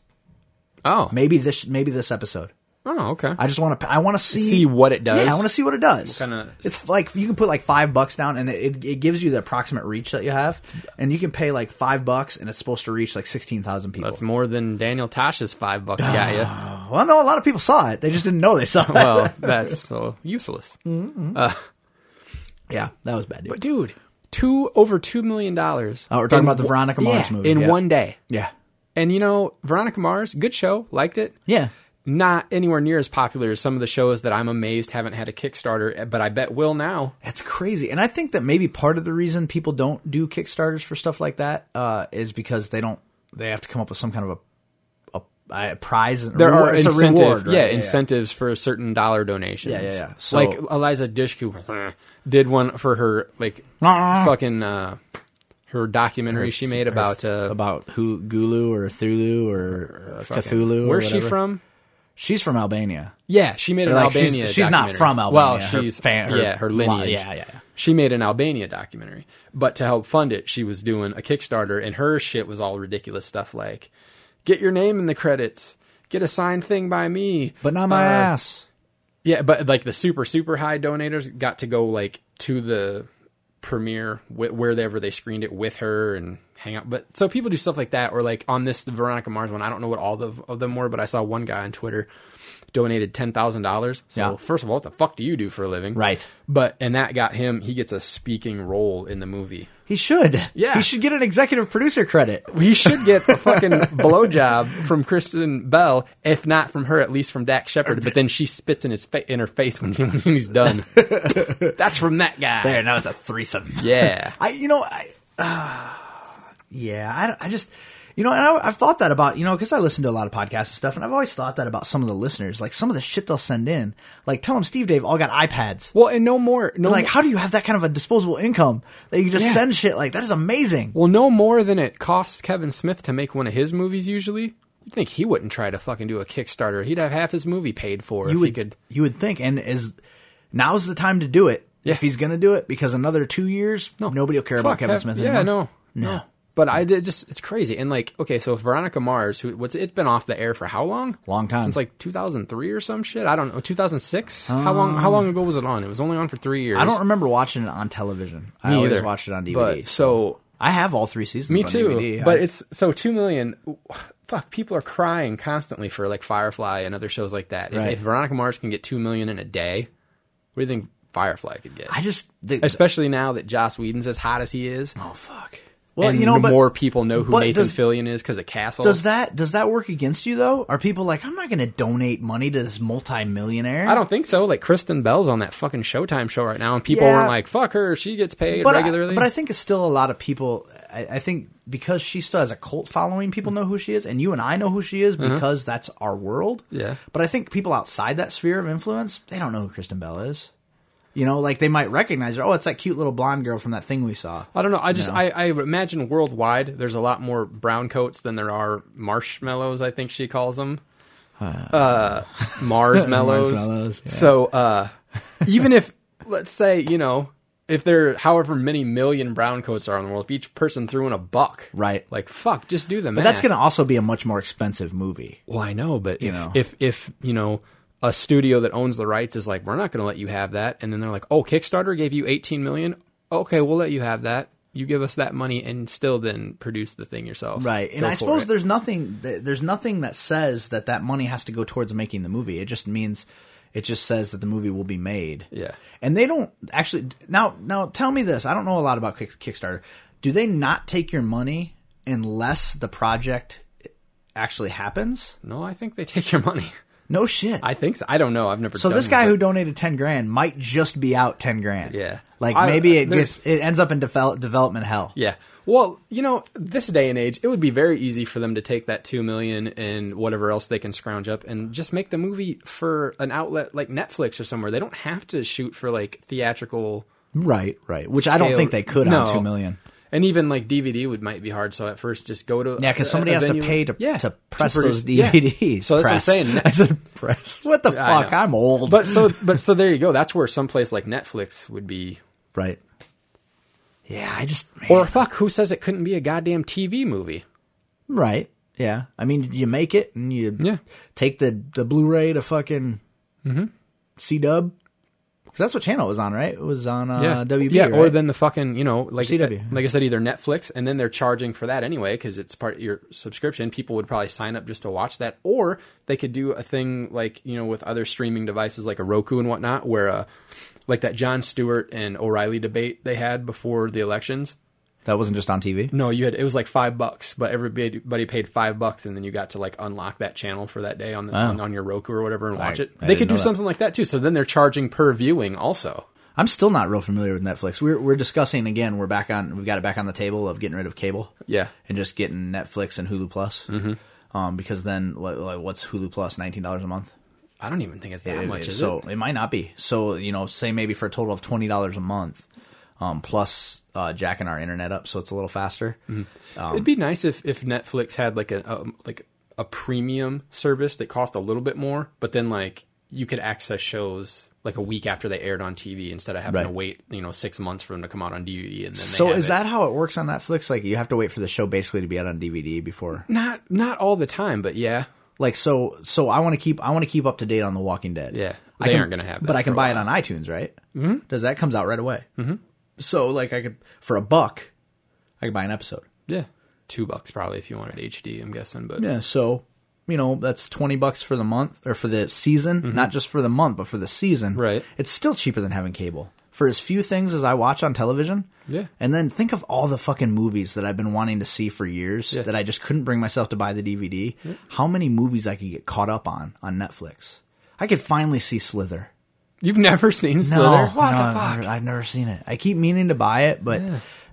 D: Oh,
C: Maybe this maybe this episode.
D: Oh, okay.
C: I just want to. I want to see
D: See what it does?
C: Yeah, I want to see what it does.
D: kinda-
C: It's like you can put like five bucks down, and it, it, it gives you the approximate reach that you have, and you can pay like five bucks, and it's supposed to reach like sixteen thousand people.
D: That's more than Daniel Tosh's five bucks got you.
C: well, no, a lot of people saw it. They just didn't know they saw it.
D: Well, Oh, that's so useless.
C: Mm. yeah, that was bad. Dude.
D: But dude, two over two million dollars.
C: Oh, we're talking
D: in
C: about the
D: one-
C: Veronica Mars
D: yeah,
C: movie,
D: in
C: yeah.
D: one day.
C: yeah,
D: And you know, Veronica Mars, good show, liked it.
C: yeah.
D: Not anywhere near as popular as some of the shows that I'm amazed haven't had a Kickstarter, but I bet will now.
C: That's crazy. And I think that maybe part of the reason people don't do Kickstarters for stuff like that uh, is because they don't they have to come up with some kind of a a, a prize.
D: There are
C: it's a
D: incentives,
C: reward, right?
D: yeah, incentives for certain dollar donations.
C: Yeah, yeah, yeah. So-
D: like Eliza Dushku did one for her like
C: Ah.
D: fucking uh, her documentary she made about uh,
C: about who Gulu or Thulu or uh,
D: fucking-
C: Cthulhu. or
D: Where's she
C: whatever.
D: from?
C: She's from Albania.
D: Yeah, she made an
C: Like, she's-
D: Albania.
C: she's not
D: documentary.
C: from
D: Well,
C: Albania. Her
D: she's
C: fan- her
D: yeah, her
C: li-
D: lineage.
C: yeah, yeah, yeah.
D: She made an Albania documentary, but to help fund it, she was doing a Kickstarter, and her shit was all ridiculous stuff like, "Get your name in the credits, get a signed thing by me,
C: But not my
D: uh,
C: ass.
D: Yeah, but like the super super high donators got to go like to the premiere wh- wherever they screened it with her and hang out. But so people do stuff like that, or like on this the Veronica Mars one. I don't know what all the, of them were, but I saw one guy on Twitter donated ten thousand dollars. So
C: Yeah.
D: first of all, what the fuck do you do for a living?
C: Right.
D: But and that got him. He gets a speaking role in the movie.
C: He should.
D: Yeah.
C: He should get an executive producer credit.
D: He should get a fucking blowjob from Kristen Bell, if not from her, at least from Dak Shepard. But then she spits in his fa- in her face when, he- when he's done. That's from that guy.
C: There, now it's a threesome.
D: Yeah.
C: I, you know, I, uh, yeah, I, don't- I just, you know, and I, I've thought that about, you know, because I listen to a lot of podcasts and stuff, and I've always thought that about some of the listeners, like some of the shit they'll send in, like tell them Steve Dave all got iPads.
D: Well, and no more. No,
C: like, how do you have that kind of a disposable income that you can just
D: Yeah.
C: send shit like that? Is amazing.
D: Well, no more than it costs Kevin Smith to make one of his movies. Usually, you'd think he wouldn't try to fucking do a Kickstarter. He'd have half his movie paid for if
C: you
D: he
C: would
D: could.
C: you would think, and is now's the time to do it
D: Yeah.
C: if he's going to do it because another two years,
D: No,
C: nobody will care about
D: Fuck,
C: Kevin
D: have-
C: Smith.
D: Yeah,
C: anymore.
D: no, no. But I did just it's crazy and like okay, so Veronica Mars, who what's it's been off the air for how long?
C: Long time.
D: since like 2003 or some shit. I don't know 2006. how long? How long ago was it on? It was only on for three years.
C: Um, I don't remember watching it on television. I
D: Me
C: always
D: either.
C: watched it on DVD.
D: But, so
C: I have all three seasons.
D: me
C: on
D: too.
C: DVD.
D: But
C: I-
D: it's so two million. Fuck, people are crying constantly for like Firefly and other shows like that. If,
C: Right.
D: if Veronica Mars can get two million in a day, what do you think Firefly could get?
C: I just the,
D: Especially now that Joss Whedon's as hot as he is.
C: oh fuck. Well,
D: and
C: you know, but
D: more people know who
C: but
D: Nathan
C: does-
D: Fillion is because of Castle.
C: does that does that work against you though? Are people like, I'm not going to donate money to this multimillionaire?
D: I don't think so. Like Kristen Bell's on that fucking Showtime show right now, and people
C: Yeah.
D: weren't like, "Fuck her," she gets paid
C: But
D: regularly.
C: I, but I think it's still a lot of people. I, I think because she still has a cult following, people know who she is, and you and I know who she is because that's our world.
D: Uh-huh. Yeah.
C: But I think people outside that sphere of influence, they don't know who Kristen Bell is. You know, like they might recognize her. Oh, it's that cute little blonde girl from that thing we saw.
D: I don't know. I just I, I imagine worldwide there's a lot more brown coats than there are marshmallows. I think she calls them uh, Mars mellows.
C: Marshmallows, yeah.
D: So uh, even if let's say you know if there are however many million brown coats are in the world, if each person threw in a buck,
C: Right.
D: Like fuck, just do them.
C: But that's going to also be a much more expensive movie.
D: Well, I know, but if,
C: know.
D: if if you know a studio that owns the rights is like, we're not going to let you have that, and then they're like, oh, Kickstarter gave you eighteen million. Okay, we'll let you have that. You give us that money, and still then produce the thing yourself.
C: right and
D: Go
C: i
D: for
C: suppose
D: it.
C: there's nothing th- there's nothing that says that that money has to go towards making the movie it just means it just says that the movie will be made
D: Yeah.
C: and they don't actually now now tell me this i don't know a lot about Kick- kickstarter do they not take your money unless the project actually happens
D: no. I think they take your money.
C: no shit
D: I think so. I don't know. I've never.
C: so
D: done
C: this guy
D: it,
C: who donated 10 grand might just be out 10 grand
D: Yeah.
C: like
D: I-
C: maybe it
D: there's-
C: gets it ends up in devel- development hell
D: Yeah. Well, you know, this day and age, it would be very easy for them to take that two million and whatever else they can scrounge up and just make the movie for an outlet like Netflix or somewhere. They don't have to shoot for like theatrical.
C: right right which i don't
D: scale-
C: think they could
D: No.
C: on 2 million
D: And even like DVD would might be hard. So at first, just go to
C: Yeah, because somebody
D: a
C: has to
D: venue-
C: pay to,
D: Yeah,
C: to press
D: produce-
C: those
D: yeah.
C: DVDs.
D: So that's
C: Press.
D: what I'm saying.
C: I said press. What the
D: I
C: fuck?
D: know.
C: I'm old.
D: But so but so there you go. That's where some place like Netflix would be.
C: right. Yeah, I just man.
D: Or fuck, who says it couldn't be a goddamn TV movie?
C: right. Yeah, I mean, you make it and you
D: Yeah. Mm-hmm.
C: take the the Blu-ray to fucking C Dub because that's what channel it was on, right? It was on uh,
D: yeah,
C: WB,
D: yeah, or
C: right?
D: then the fucking you know like uh,
C: CW.
D: like I said, either Netflix, and then they're charging for that anyway because it's part of your subscription. People would probably sign up just to watch that, or they could do a thing like you know with other streaming devices like a Roku and whatnot, where uh, like that John Stewart and O'Reilly debate they had before the elections.
C: that wasn't just on TV.
D: No, you had it was like five bucks, but everybody paid five bucks, and then you got to like unlock that channel for that day on the, on, on your Roku or whatever and watch
C: I-
D: it.
C: I
D: they
C: didn't
D: could do
C: know that.
D: something like that too. So then they're charging per viewing also.
C: I'm still not real familiar with Netflix. We're we're discussing again. We're back on. We've got it back on the table of getting rid of cable.
D: Yeah.
C: and just getting Netflix and Hulu Plus. Mm-hmm. Um, because then like, like what's Hulu Plus? Nineteen dollars a month.
D: I don't even think it's that
C: It-
D: much.
C: it-
D: is
C: so
D: it?
C: might not be. So you know, say maybe for a total of twenty dollars a month, um, plus uh, jacking our internet up, so it's a little faster.
D: Mm-hmm.
C: Um,
D: It'd be nice if, if Netflix had like a, a like a premium service that cost a little bit more, but then like you could access shows like a week after they aired on TV instead of having to
C: Right.
D: wait you know six months for them to come out on DVD. And then they
C: So
D: have
C: is
D: it.
C: that how it works on Netflix? Like you have to wait for the show basically to be out on DVD before.
D: not not all the time? But yeah,
C: Like so, so I want to keep I want to keep up to date on The Walking Dead.
D: Yeah.
C: I
D: They
C: can-
D: aren't gonna have that
C: but I
D: for
C: can
D: a
C: buy it on iTunes, right? Mm-hmm. Does that comes out right away? Mm-hmm. So like I could for a buck, I could buy an episode.
D: yeah, two bucks probably if you wanted HD. I'm guessing, but
C: Yeah, so you know that's twenty bucks for the month or for the season, not just for the month, but for the season.
D: Mm-hmm. Right.
C: It's still cheaper than having cable for as few things as I watch on television.
D: Yeah.
C: And then think of all the fucking movies that I've been wanting to see for years
D: Yeah.
C: that I just couldn't bring myself to buy the DVD. How many movies I could get caught up on on Netflix? I could finally see Slither.
D: you've never seen Slither?
C: No,
D: what
C: no,
D: the
C: I've
D: fuck?
C: Never, I've never seen it. I keep meaning to buy it, but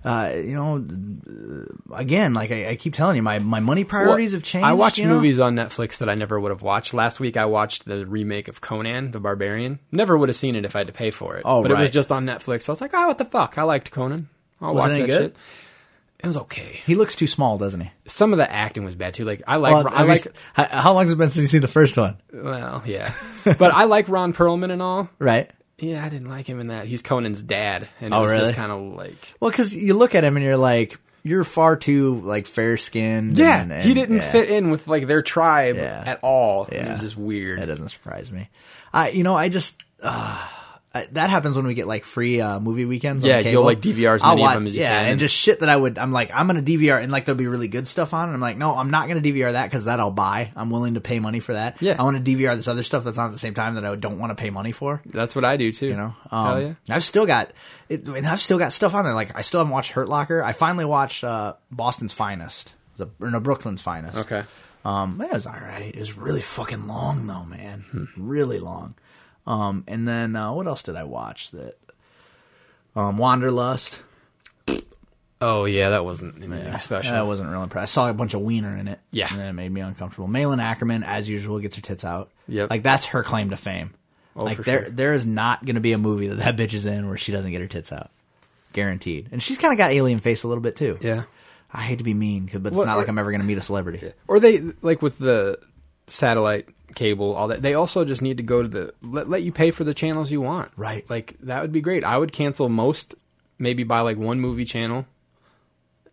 C: uh, you know, uh, again, like I, I keep telling you, my, my money priorities
D: Well,
C: have changed.
D: I watch
C: you know?
D: movies on Netflix that I never would have watched. Last week I watched the remake of Conan the Barbarian. Never would have seen it if I had to pay for it.
C: Oh,
D: but it was
C: right.
D: just on Netflix. I was like, oh, what the fuck? I liked Conan. I'll
C: Was it
D: watch
C: any
D: that
C: good?
D: shit. It was okay.
C: He looks too small, doesn't he?
D: Some of the acting was bad too. Like I like I like
C: how, how long has it been since you seen the first one?
D: well yeah, but I like Ron Perlman and all.
C: Right.
D: Yeah, I didn't like him in that. He's Conan's dad, and
C: Oh,
D: it was
C: really?
D: just kind of like
C: Well, because you look at him and you're like, you're far too like fair skinned.
D: yeah,
C: and,
D: he
C: and-
D: didn't
C: yeah.
D: fit in with like their tribe
C: Yeah.
D: at all. And
C: Yeah.
D: It was just weird.
C: That doesn't surprise me. I, you know, I just. Uh, I, that happens when we get like free uh, movie weekends.
D: Yeah,
C: on
D: you'll,
C: cable.
D: like, DVR as
C: I'll
D: many of
C: watch-
D: them as you
C: yeah,
D: can,
C: and,
D: and-
C: just shit that I would. I'm like, I'm gonna DVR, and like there'll be really good stuff on, and I'm like, no, I'm not gonna DVR that because that I'll buy. I'm willing to pay money for that.
D: Yeah.
C: I want to DVR this other stuff that's on at the same time that I don't want to pay money for.
D: That's what I do too.
C: You know, um,
D: Hell yeah.
C: I've still got, it, and I've still got stuff on there. Like I still haven't watched Hurt Locker. I finally watched uh, Boston's Finest, It was a- or no Brooklyn's Finest.
D: Okay.
C: um, it was all right. It was really fucking long though, man.
D: Hmm.
C: Really long. Um, and then uh, what else did I watch that? Um, Wanderlust.
D: Oh yeah, Uh, that wasn't anything special.
C: I wasn't real impressed. I saw a bunch of wiener in it.
D: Yeah.
C: and it made me uncomfortable. Malin Ackerman, as usual, gets her tits out.
D: Yep. Oh,
C: like that's her claim to fame. like
D: for
C: there,
D: sure.
C: there is not going to be a movie that that bitch is in where she doesn't get her tits out, guaranteed. And she's kind of got alien face a little bit too.
D: yeah.
C: I hate to be mean, 'cause- but it's
D: What-
C: not like I'm ever going to meet a celebrity.
D: Or they like with the satellite cable, all that. They also just need to go to the let, let you pay for the channels you want.
C: Right.
D: Like that would be great. I would cancel most, maybe buy like one movie channel,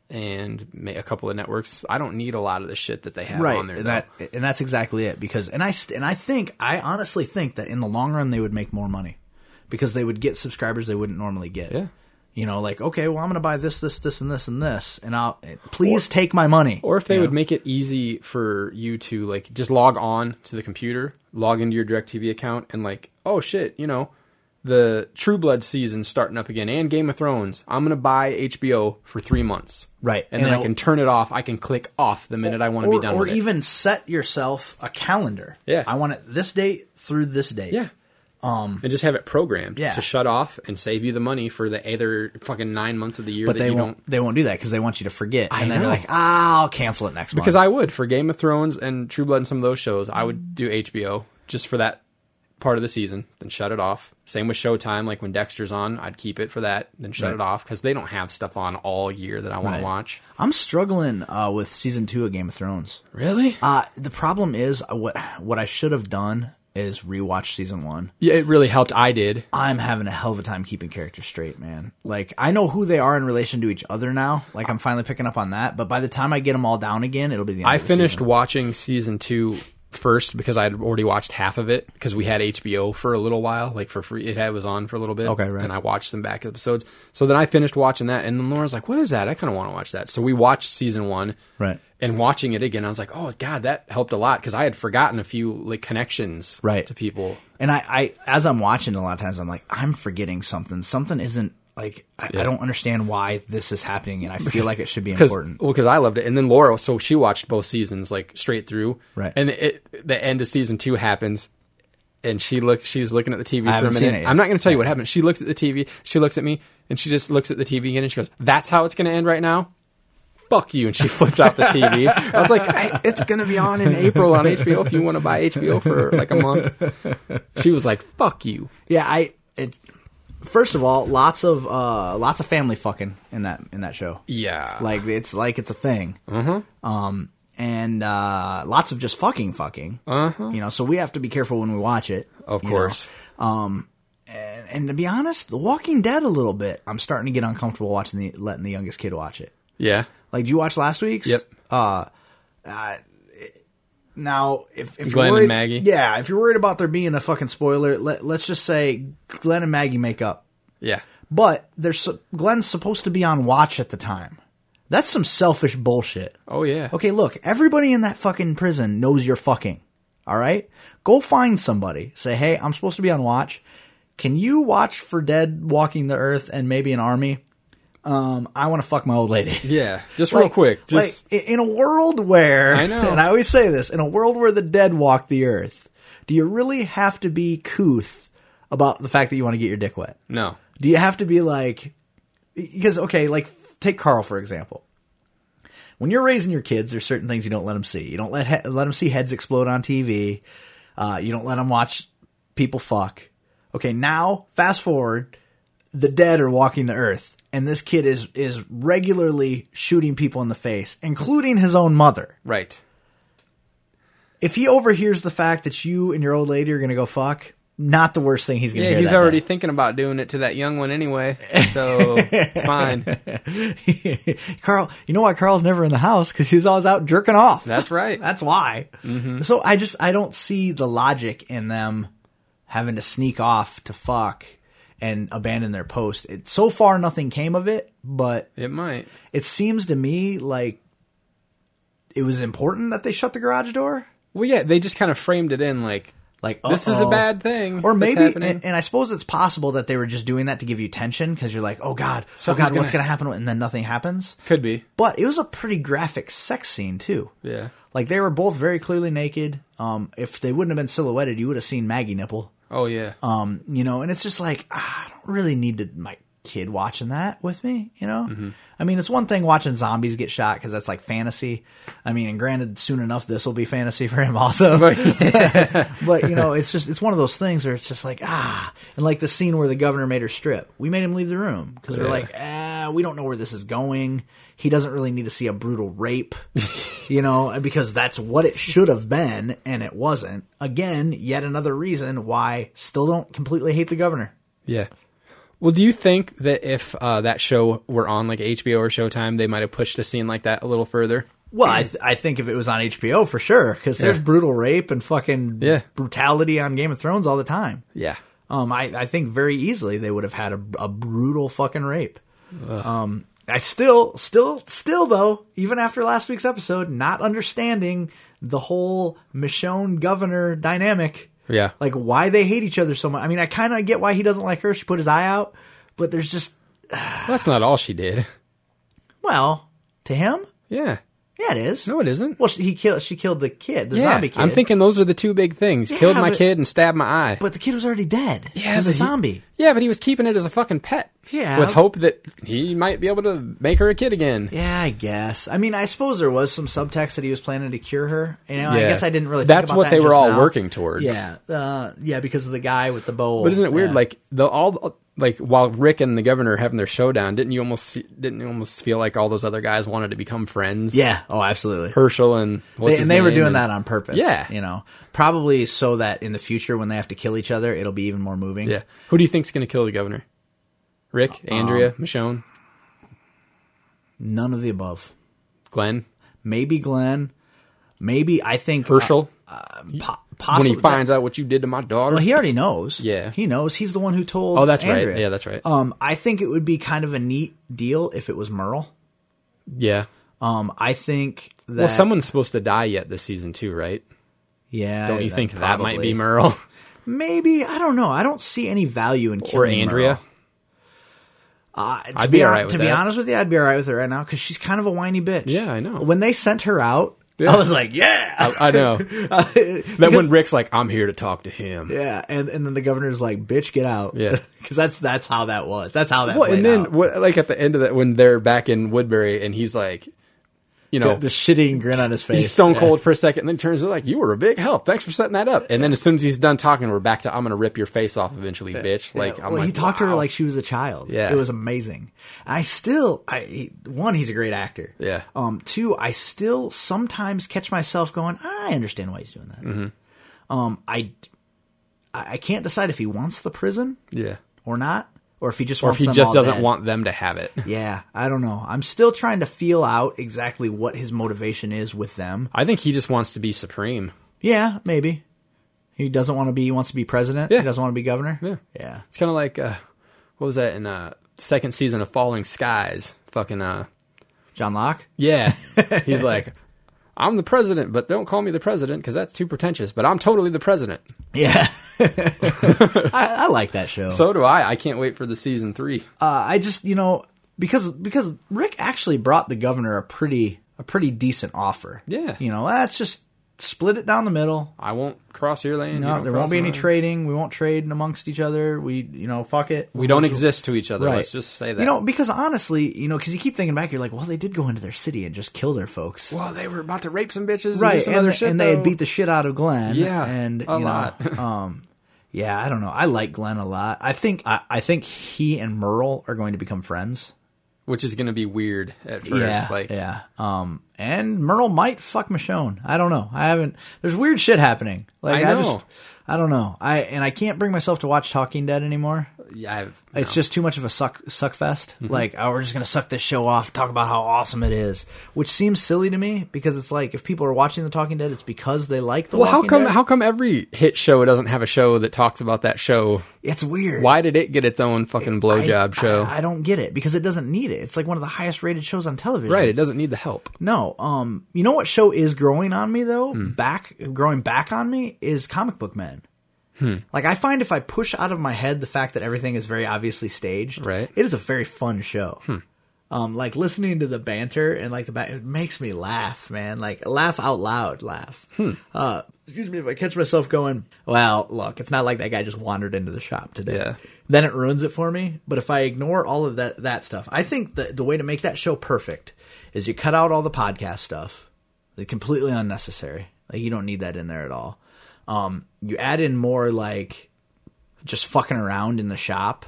D: and ma- a couple of networks. I don't need a lot of the shit that they have on there.
C: and
D: though.
C: that and that's exactly it because and I st- and I think I honestly think that in the long run they would make more money because they would get subscribers they wouldn't normally get.
D: Yeah.
C: You know, like okay, well I'm going to buy this, this, this, and this, and this, and I'll please take my money.
D: Or if they
C: You
D: would
C: know?
D: make it easy for you to like just log on to the computer, log into your DirecTV account, and like, oh shit, you know, the True Blood season's starting up again and Game of Thrones. I'm gonna buy HBO for three months,
C: Right.
D: And,
C: And
D: then I
C: it'll-
D: can turn it off. I can click off the minute I want to
C: or,
D: be done
C: or
D: with it.
C: even set yourself a calendar.
D: Yeah.
C: I want it this date through this date.
D: Yeah. Um, and just have it programmed
C: Yeah.
D: to shut off and save you the money for the other fucking nine months of the year
C: But
D: that
C: they
D: you
C: won't.
D: don't.
C: They won't do that because they want you to forget.
D: I
C: and then
D: know.
C: you're like, ah, I'll cancel it next month.
D: Because I would for Game of Thrones and True Blood and some of those shows, I would do HBO just for that part of the season, then shut it off. Same with Showtime, like when Dexter's on, I'd keep it for that, then shut
C: Right.
D: it off because they don't have stuff on all year that I want
C: Right.
D: to watch.
C: I'm struggling uh, with season two of Game of Thrones.
D: Really?
C: Uh, the problem is uh, what what I should have done is rewatch season one.
D: Yeah, it really helped. I did.
C: I'm having a hell of a time keeping characters straight, man. Like I know who they are in relation to each other now. Like I'm finally picking up on that. But by the time I get them all down again, it'll be the. End
D: I
C: of the
D: finished
C: season.
D: watching season two first because I had already watched half of it because we had HBO for a little while, like for free. It had, was on for a little bit.
C: Okay, right.
D: And I watched some back episodes. So then I finished watching that, and then Laura's like, "What is that? I kind of want to watch that." So we watched season one.
C: Right.
D: And watching it again, I was like, "Oh God, that helped a lot," because I had forgotten a few like connections
C: Right.
D: to people.
C: And I, I, as I'm watching, a lot of times I'm like, I'm forgetting something. Something isn't like I, I don't understand why this is happening, and I feel like it should be
D: Cause,
C: important.
D: well, because I loved it, and then Laura, so she watched both seasons like straight through,
C: Right.
D: And it, the end of season two happens, and she look, she's looking at the TV for a
C: haven't
D: minute.
C: seen it yet.
D: I'm not going to tell you what happened. She looks at the TV, she looks at me, and she just looks at the TV again, and she goes, "That's how it's going to end right now." Fuck you! And she flipped off the TV. I was like, I, "It's going to be on in April on HBO. If you want to buy HBO for like a month," she was like, "Fuck you."
C: Yeah, I. It, first of all, lots of uh, lots of family fucking in that in that show.
D: Yeah,
C: like it's like it's a thing.
D: Mm-hmm.
C: Um, and uh, lots of just fucking fucking. You know, so we have to be careful when we watch it.
D: Mm-hmm. Of
C: you know.
D: course.
C: Um, and, and to be honest, The Walking Dead a little bit. I'm starting to get uncomfortable watching the letting the youngest kid watch it.
D: yeah.
C: Like, did you watch last week's?
D: Yep.
C: Uh, uh it- now, if, if
D: Glenn
C: you're
D: and
C: worried,
D: Maggie?
C: yeah, if you're worried about there being a fucking spoiler, let, let's just say Glenn and Maggie make up.
D: Yeah.
C: But there's su- Glenn's supposed to be on watch at the time. That's some selfish bullshit.
D: Oh yeah.
C: Okay, look, everybody in that fucking prison knows you're fucking. All right? Go find somebody. Say, hey, I'm supposed to be on watch. Can you watch for dead walking the earth and maybe an army? Um, I want to fuck my old lady.
D: Yeah. Just real
C: Like-
D: quick. Just
C: like, i- in a world where
D: I know.
C: and I always say this, in a world where the dead walk the earth, do you really have to be couth about the fact that you want to get your dick wet?
D: no.
C: Do you have to be like, because, okay, like, take Carl, for example. When you're raising your kids, there's certain things you don't let them see. You don't let, he- let them see heads explode on TV. Uh, you don't let them watch people fuck. Okay, now, fast forward, the dead are walking the earth, and this kid is, is regularly shooting people in the face, including his own mother.
D: Right.
C: If he overhears the fact that you and your old lady are going to go fuck, not the worst thing he's going to
D: Yeah,
C: hear.
D: he's
C: that
D: already
C: day.
D: thinking about doing it to that young one anyway, so it's fine.
C: Carl, you know why Carl's never in the house? Because he's always out jerking off.
D: That's Mm-hmm. right.
C: That's why. So I just I don't see the logic in them having to sneak off to fuck and abandon their post. It, so far, nothing came of it, but
D: It might.
C: it seems to me like it was important that they shut the garage door.
D: Well, yeah, they just kind of framed it in like
C: Like
D: this is a
C: uh-oh.
D: bad thing.
C: Or
D: that's
C: maybe,
D: happening.
C: and, and I suppose it's possible that they were just doing that to give you tension because you're like, oh god,
D: Something's
C: oh god, what's
D: gonna-
C: going to happen? And then nothing happens.
D: could be.
C: But it was a pretty graphic sex scene too.
D: Yeah.
C: Like they were both very clearly naked. Um, if they wouldn't have been silhouetted, you would have seen Maggie nipple.
D: Oh yeah.
C: Um, you know, and it's just like ah, I don't really need to, my kid watching that with me. You know, I mean, it's one thing watching zombies get shot because that's like fantasy. I mean, and granted, soon enough this will be fantasy for him also. but you know, it's just it's one of those things where it's just like ah, and like the scene where the governor made her strip. We made him leave the room because we're
D: Yeah.
C: like, ah, we don't know where this is going. He doesn't really need to see a brutal rape, you know, because that's what it should have been, and it wasn't. Again, yet another reason why still don't completely hate the governor.
D: yeah. Well, do you think that if uh, that show were on like HBO or Showtime, they might have pushed a scene like that a little further?
C: Well, I, th- I think if it was on HBO for sure, because there's
D: Yeah.
C: brutal rape and fucking
D: Yeah.
C: brutality on Game of Thrones all the time.
D: Yeah.
C: Um, I, I think very easily they would have had a, a brutal fucking rape. Um, I still, still, still though, even after last week's episode, not understanding the whole Michonne governor dynamic.
D: Yeah.
C: Like why they hate each other so much. I mean, I kind of get why he doesn't like her. She put his eye out, but there's just,
D: that's not all she did.
C: well, to him,
D: Yeah.
C: yeah, it is.
D: No, it isn't.
C: Well, she, he killed, she killed the kid, the
D: yeah.
C: zombie kid.
D: I'm thinking those are the two big things:
C: Yeah,
D: killed my
C: but-
D: kid and stabbed my eye.
C: but the kid was already dead.
D: Yeah,
C: he was a
D: but he-
C: zombie.
D: Yeah, but he was keeping it as a fucking pet.
C: Yeah.
D: With hope that he might be able to make her a kid again.
C: Yeah, I guess. I mean, I suppose there was some subtext that he was planning to cure her. You know, I
D: Yeah.
C: guess I didn't really. Think
D: That's
C: about
D: what
C: that
D: they were
C: just
D: all
C: now.
D: working towards.
C: Yeah, uh, yeah, because of the guy with the bowl.
D: But isn't it weird?
C: Yeah.
D: Like the all like while Rick and the governor are having their showdown, didn't you almost see, didn't you almost feel like all those other guys wanted to become friends?
C: Yeah. Oh, absolutely.
D: Herschel and what's
C: They,
D: his
C: and they were
D: name
C: doing
D: and-
C: that on purpose.
D: Yeah.
C: You know, probably so that in the future when they have to kill each other, it'll be even more moving.
D: Yeah. Who do you think's going to kill the governor? Rick,
C: Uh, um,
D: Andrea, Michonne,
C: None of the above.
D: Glenn,
C: Maybe Glenn. Maybe I think
D: Herschel.
C: Uh, po-
D: when
C: possibly.
D: he finds out what you did to my daughter.
C: Well, he already knows.
D: Yeah.
C: He knows. He's the one who told.
D: Oh, that's right.
C: Andrea.
D: Yeah, that's right.
C: Um, I think it would be kind of a neat deal if it was Merle.
D: yeah.
C: Um, I think that.
D: Well, someone's supposed to die yet this season too, right?
C: Yeah.
D: Don't you think that might
C: probably.
D: be Merle
C: Maybe I don't know. I don't see any value in
D: or
C: killing
D: Andrea?
C: Merle. Uh, to
D: I'd
C: be,
D: be
C: hon-
D: all right with
C: to be
D: that.
C: honest with you, I'd be all right with her right now because she's kind of a whiny bitch.
D: Yeah, I know.
C: When they sent her out, I
D: Yeah.
C: was like, yeah,
D: I know. that when Rick's like, "I'm here to talk to him."
C: yeah. And and then the governor's like, bitch, get out.
D: Yeah.
C: because that's that's how that was. That's how that.
D: Well, and
C: played
D: then
C: out.
D: what, like "Oh." at the end of that, when they're back in Woodbury, and he's like, you know,
C: the shitting grin on his face.
D: he's stone
C: Yeah.
D: cold for a second, and then turns to like, "You were a big help. Thanks for setting that up." And then as soon as he's done talking, we're back to, "I'm gonna rip your face off eventually, bitch." Like,
C: Yeah,
D: I'm
C: well,
D: like,
C: he talked to her
D: wow.
C: like she was a child.
D: Yeah.
C: it was amazing. I still, I he, one, he's a great actor.
D: Yeah.
C: Um, two, I still sometimes catch myself going, I understand why he's doing that.
D: Mm-hmm.
C: Um, I, I I can't decide if he wants the prison
D: yeah,
C: or not, or if he just
D: or if
C: wants
D: he
C: them
D: just
C: all
D: doesn't
C: dead.
D: want them to have it.
C: Yeah, I don't know. I'm still trying to feel out exactly what his motivation is with them.
D: I think he just wants to be supreme.
C: Yeah, maybe. He doesn't want to be. He wants to be president.
D: Yeah.
C: He doesn't want to be governor.
D: Yeah.
C: Yeah.
D: It's kind of like uh, what was that in uh, second season of Falling Skies? Fucking uh,
C: John Locke.
D: yeah. He's like, I'm the president, but don't call me the president because that's too pretentious. But I'm totally the president.
C: Yeah. I, I like that show.
D: So do I. I can't wait for the season three.
C: uh, I just you know because because Rick actually brought the governor a pretty a pretty decent offer.
D: Yeah.
C: You know, let's just split it down the middle.
D: I won't cross your lane. you
C: No,
D: don't
C: there
D: cross
C: won't be any
D: mine.
C: trading. We won't trade amongst each other. We you know, fuck it.
D: We don't exist to each other. Let's just say that.
C: You know, because honestly, you know, because you keep thinking back, you're like, well, they did go into their city and just kill their folks.
D: well, they were about to rape some bitches, and do
C: right.
D: some
C: And,
D: other
C: they-
D: shit,
C: and they had
D: though.
C: beat the shit out of Glenn.
D: Yeah,
C: And,
D: a
C: you
D: lot.
C: know, um, yeah, I don't know. I like Glenn a lot. I think, I, I think he and Merle are going to become friends.
D: which is going to be weird at first.
C: yeah,
D: like,
C: yeah. Um, and Merle might fuck Michonne. I don't know. I haven't. There's weird shit happening. Like
D: I
C: I,
D: know.
C: just, I don't know. I and I can't bring myself to watch Talking Dead anymore.
D: yeah, I've,
C: It's just too much of a suck suck fest.
D: Mm-hmm.
C: Like oh, we're just gonna suck this show off. Talk about how awesome it is, which seems silly to me because it's like if people are watching The Talking Dead, it's because they like the.
D: well, how
C: Walking
D: come?
C: Dead.
D: How come every hit show doesn't have a show that talks about that show?
C: It's weird.
D: Why did it get its own fucking blowjob
C: I-
D: show?
C: I, I don't get it because it doesn't need it. It's like one of the highest rated shows on television.
D: right, it doesn't need the help.
C: No, um, you know what show is growing on me though?
D: Hmm.
C: Back growing back on me is Comic Book Men.
D: Hmm.
C: Like I find if I push out of my head the fact that everything is very obviously staged,
D: Right. Hmm.
C: It is a very fun show. Um, like listening to the banter and like the ba- it makes me laugh, man. Like laugh out loud, laugh. Uh, excuse me if I catch myself going. Well, look, it's not like that guy just wandered into the shop today.
D: Yeah.
C: Then it ruins it for me. But if I ignore all of that that stuff, I think the the way to make that show perfect is you cut out all the podcast stuff. They're completely unnecessary. Like you don't need that in there at all. Um, you add in more like just fucking around in the shop,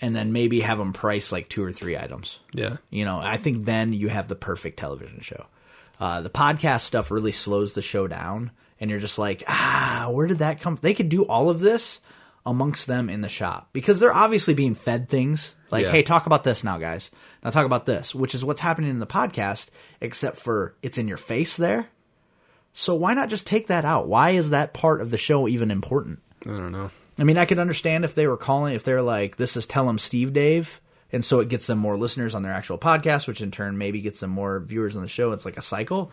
C: and then maybe have them price like two or three items.
D: Yeah.
C: You know, I think then you have the perfect television show. Uh, the podcast stuff really slows the show down, and you're just like, ah, where did that come? They could do all of this amongst them in the shop because they're obviously being fed things like,
D: Yeah.
C: hey, talk about this now, guys. Now talk about this, which is what's happening in the podcast, except for it's in your face there. So why not just take that out? Why is that part of the show even important?
D: I don't know.
C: I mean, I could understand if they were calling, if they're like, this is Tell 'em Steve Dave. And so it gets them more listeners on their actual podcast, which in turn maybe gets them more viewers on the show. It's like a cycle.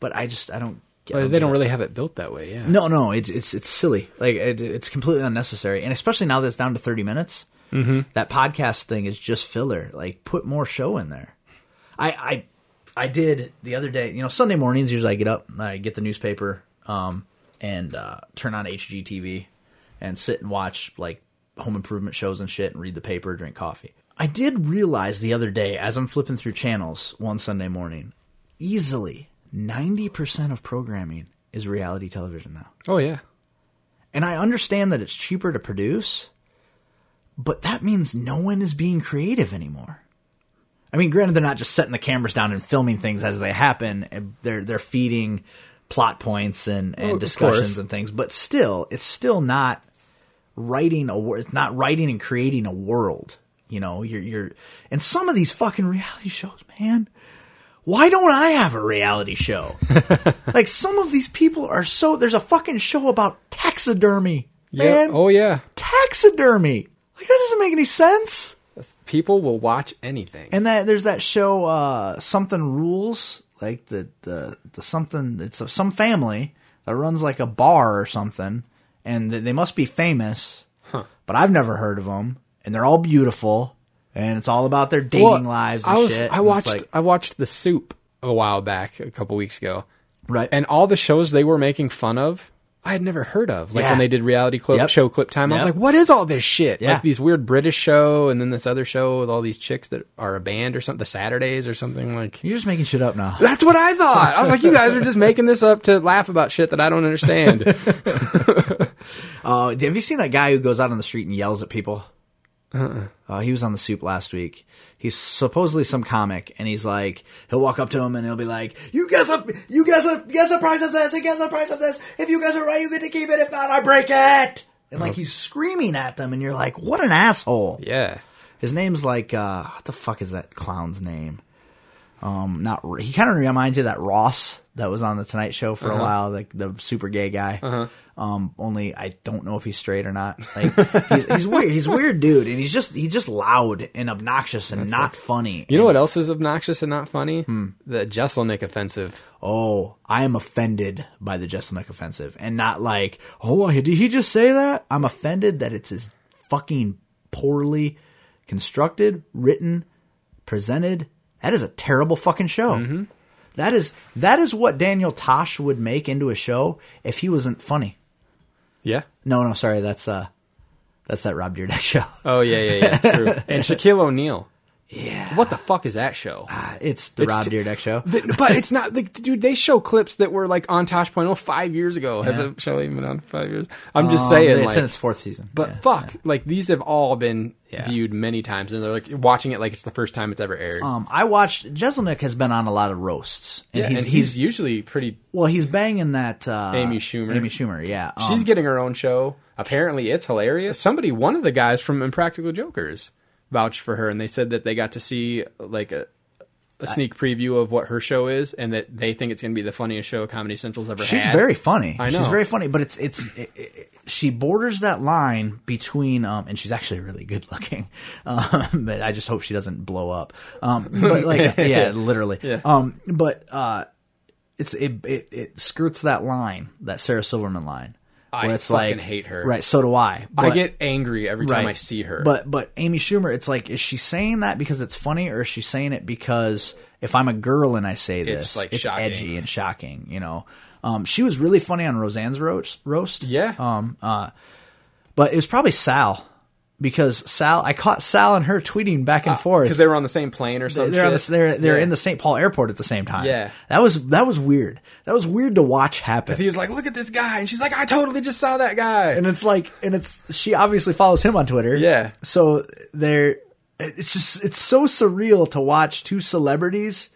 C: But I just, I don't. I
D: they
C: get
D: don't
C: it.
D: really have it built that way. Yeah.
C: No, no, it's it's it's silly. Like it, it's completely unnecessary, and especially now that it's down to thirty minutes. Mm-hmm. That podcast thing is just filler. Like put more show in there. I I I did the other day. You know, Sunday mornings usually I get up, I get the newspaper, um, and uh, turn on HGTV and sit and watch like home improvement shows and shit, and read the paper, drink coffee. I did realize the other day as I'm flipping through channels one Sunday morning, easily ninety percent of programming is reality television now.
D: Oh yeah.
C: And I understand that it's cheaper to produce, But that means no one is being creative anymore. I mean, granted, they're not just setting the cameras down and filming things as they happen. and They're they're feeding plot points and, and
D: Oh, of
C: discussions
D: course.
C: and things. But still, it's still not writing a wor- it's not writing and creating a world. You know, you're you're and some of these fucking reality shows, man. Why don't I have a reality show? like some of these people are so there's a fucking show about taxidermy. Man,
D: Oh yeah.
C: taxidermy. Like that doesn't make any sense.
D: People will watch anything.
C: And that there's that show uh something rules, like the the, the something it's a, some family that runs like a bar or something and th- they must be famous. But I've never heard of them and they're all beautiful and it's all about their dating
D: Well,
C: lives and
D: I was,
C: shit.
D: I
C: and it's
D: watched
C: like-
D: I watched The Soup a while back, a couple weeks ago.
C: Right.
D: And all the shows they were making fun of, I had never heard of. Like
C: Yeah.
D: when they did reality clip
C: Yep.
D: show clip time, I was
C: Yep.
D: like, what is all this shit?
C: Yeah.
D: Like these weird British show and then this other show with all these chicks that are a band or something, the Saturdays or something like
C: you're just making shit up now.
D: that's what I thought. I was like, you guys are just making this up to laugh about shit that I don't understand.
C: Uh, have you seen that guy who goes out on the street and yells at people? Uh, he was on the soup last week. He's supposedly some comic, and he's like, he'll walk up to him and he'll be like, "You guys are, you guys are, guess the price of this, and guess the price of this. If you guys are right, you get to keep it. If not, I break it." And like he's screaming at them, and you're like, "What an asshole!"
D: yeah.
C: His name's like, uh, what the fuck is that clown's name? Um, not R- he kind of reminds you of that Ross that was on the Tonight Show for a while, like the super gay guy. Um, only I don't know if he's straight or not. Like he's, he's weird. He's a weird dude, and he's just he's just loud and obnoxious and not funny.
D: You know what else is obnoxious and not funny? The Jesselnick offensive.
C: oh, I am offended by the Jesselnick offensive, and not like, oh, did he just say that? I'm offended that it's as fucking poorly constructed, written, presented. That is a terrible fucking show.
D: Mm-hmm.
C: That is that is what Daniel Tosh would make into a show if he wasn't funny.
D: Yeah.
C: No, no, sorry, that's uh, that's that Rob Deerdeck show.
D: Oh yeah, yeah, yeah. True. and Shaquille O'Neal.
C: Yeah,
D: What the fuck is that show?
C: it's the
D: It's
C: Rob
D: t-
C: Deerdeck show.
D: Th- but it's not like, dude. They show clips that were like on Tosh Point oh five years ago. Has a show even been on five years? I'm just
C: Um,
D: saying.
C: it's
D: like,
C: in its fourth season.
D: but
C: Yeah.
D: fuck, like these have all been
C: Yeah.
D: viewed many times, and they're like watching it like it's the first time it's ever aired.
C: Um, I watched Jeselnik has been on a lot of roasts, and,
D: yeah,
C: he's,
D: and
C: he's
D: he's usually pretty.
C: well, he's banging that uh,
D: Amy Schumer.
C: Amy Schumer, yeah. Um,
D: She's getting her own show. Apparently, it's hilarious. Somebody, one of the guys from Impractical Jokers, vouched for her, and they said that they got to see like a, a sneak preview of what her show is, and that they think it's going to be the funniest show Comedy Central's ever
C: she's
D: had.
C: very funny.
D: I know.
C: She's very funny, but it's it's it, it, she borders that line between um, and she's actually really good looking. Um, but I just hope she doesn't blow up. Um, but like yeah, literally. Um, but uh, it's it, it it skirts that line, that Sarah Silverman line.
D: I
C: where it's
D: fucking
C: like,
D: hate her.
C: Right, so do I.
D: I
C: but-
D: get angry every time I see her.
C: But but Amy Schumer, it's like, is she saying that because it's funny, or is she saying it because if I'm a girl and I say this, it's,
D: It's, like, shocking.
C: edgy and shocking, you know? Um, she was really funny on Roseanne's roast. roast.
D: Yeah.
C: Um. Uh. But it was probably Sal because Sal, I caught Sal and her tweeting back and forth
D: because Uh, they were on the same plane or
C: they're
D: something.
C: on the, they're they're in the St. Paul airport at the same time.
D: Yeah.
C: That was that was weird. That was weird to watch happen.
D: He was like, "Look at this guy," and she's like, "I totally just saw that guy."
C: and it's like and it's she obviously follows him on twitter
D: Yeah.
C: so they're it's just it's so surreal to watch two celebrities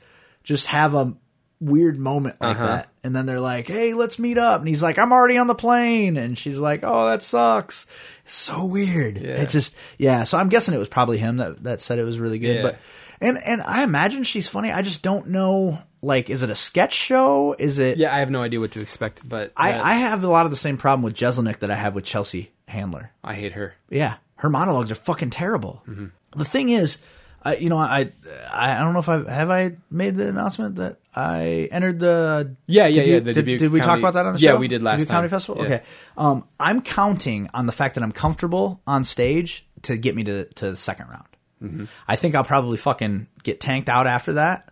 C: just have a weird moment like
D: Uh-huh.
C: that and then they're like hey let's meet up and he's like i'm already on the plane and she's like oh that sucks so weird it just yeah so i'm guessing it was probably him that that said it was really good
D: Yeah.
C: but and and i imagine she's funny i just don't know like is it a sketch show is it
D: Yeah, I have no idea what to expect, but uh,
C: I, I have a lot of the same problem with Jeselnik that I have with Chelsea Handler.
D: I hate her.
C: Yeah, her monologues are fucking terrible. The thing is, I, you know, I, I I don't know if I have I made the announcement that I entered the
D: Yeah, yeah,
C: Dubuque-
D: yeah, the
C: did,
D: Dubuque
C: did we talk
D: Comedy-
C: about that on the
D: Yeah,
C: show?
D: we did last
C: Dubuque
D: time.
C: Comedy Festival.
D: Yeah.
C: Okay, um, I'm counting on the fact that I'm comfortable on stage to get me to to the second round. I think I'll probably fucking get tanked out after that.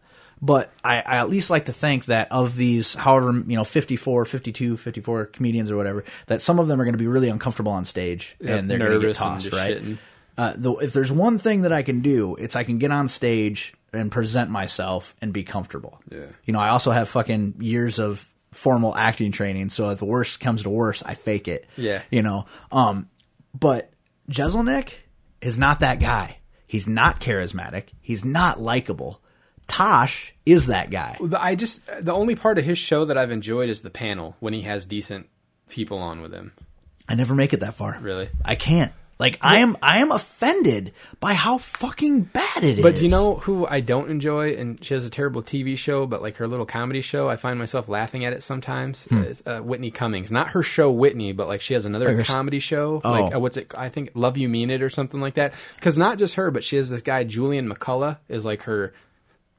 C: But I, I at least like to think that of these, however, you know, 54, 52, 54 comedians or whatever, that some of them are going to be really uncomfortable on stage and they're going to get
D: nervous and
C: tossed,
D: just
C: right?
D: shitting.
C: Uh, the, if there's one thing that I can do, it's I can get on stage and present myself and be comfortable. Yeah. You know, I also have fucking years of formal acting training, so if the worst comes to worst, I fake it.
D: Yeah.
C: You know, um, but Jeselnik is not that guy. He's not charismatic. He's not likable. Tosh is that guy.
D: The- I just the only part of his show that I've enjoyed is the panel when he has decent people on with him.
C: I never make it that far.
D: Really?
C: I can't. Like I am I am offended by how fucking bad it is.
D: But do you know who I don't enjoy? And she has a terrible TV show, but like her little comedy show, I find myself laughing at it sometimes. Is, uh, Whitney Cummings, not her show Whitney, but like she has another
C: Hmm. her s-
D: comedy show.
C: Oh.
D: Like uh, what's it? I think Love You Mean It or something like that. Because not just her, but she has this guy Julian McCullough is like her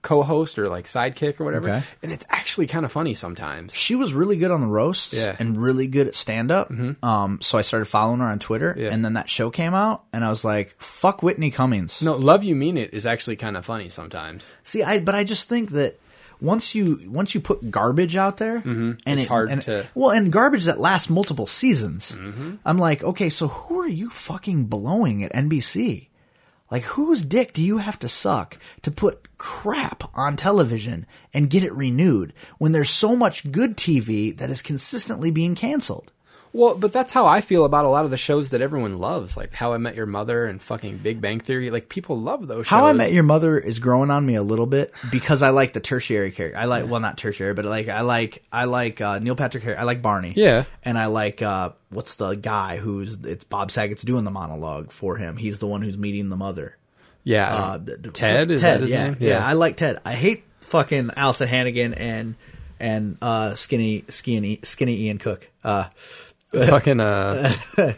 D: co-host or like sidekick or whatever,
C: Okay.
D: and it's actually kind of funny sometimes.
C: she was really good on the roast
D: Yeah. Mm-hmm.
C: and really good at stand up. Um so I started following her on Twitter
D: Yeah.
C: and then that show came out and I was like, fuck Whitney Cummings.
D: No, Love You Mean It is actually kind of funny sometimes.
C: See, I but I just think that once you once you put garbage out there, and
D: Mm-hmm. It's
C: it-
D: hard
C: and-
D: to- Mm-hmm.
C: well, and garbage that lasts multiple seasons. I'm like, okay, so who are you fucking blowing at NBC? Like, whose dick do you have to suck to put crap on television and get it renewed when there's so much good TV that is consistently being canceled?
D: Well, but that's how I feel about a lot of the shows that everyone loves, like How I Met Your Mother and fucking Big Bang Theory. Like people love those.
C: How I
D: shows.
C: Met Your Mother is growing on me a little bit because I like the tertiary character. I like well, not tertiary, but like I like I like uh, Neil Patrick Harris. I like Barney.
D: Yeah.
C: and I like uh, what's the guy who's it's Bob Saget's doing the monologue for him. He's the one who's meeting the mother.
D: Yeah,
C: Uh,
D: Ted. Is that his
C: yeah,
D: name?
C: yeah, I like Ted. I hate fucking Allison Hannigan and and uh, skinny skinny skinny Ian Cook. Uh,
D: fucking. Uh,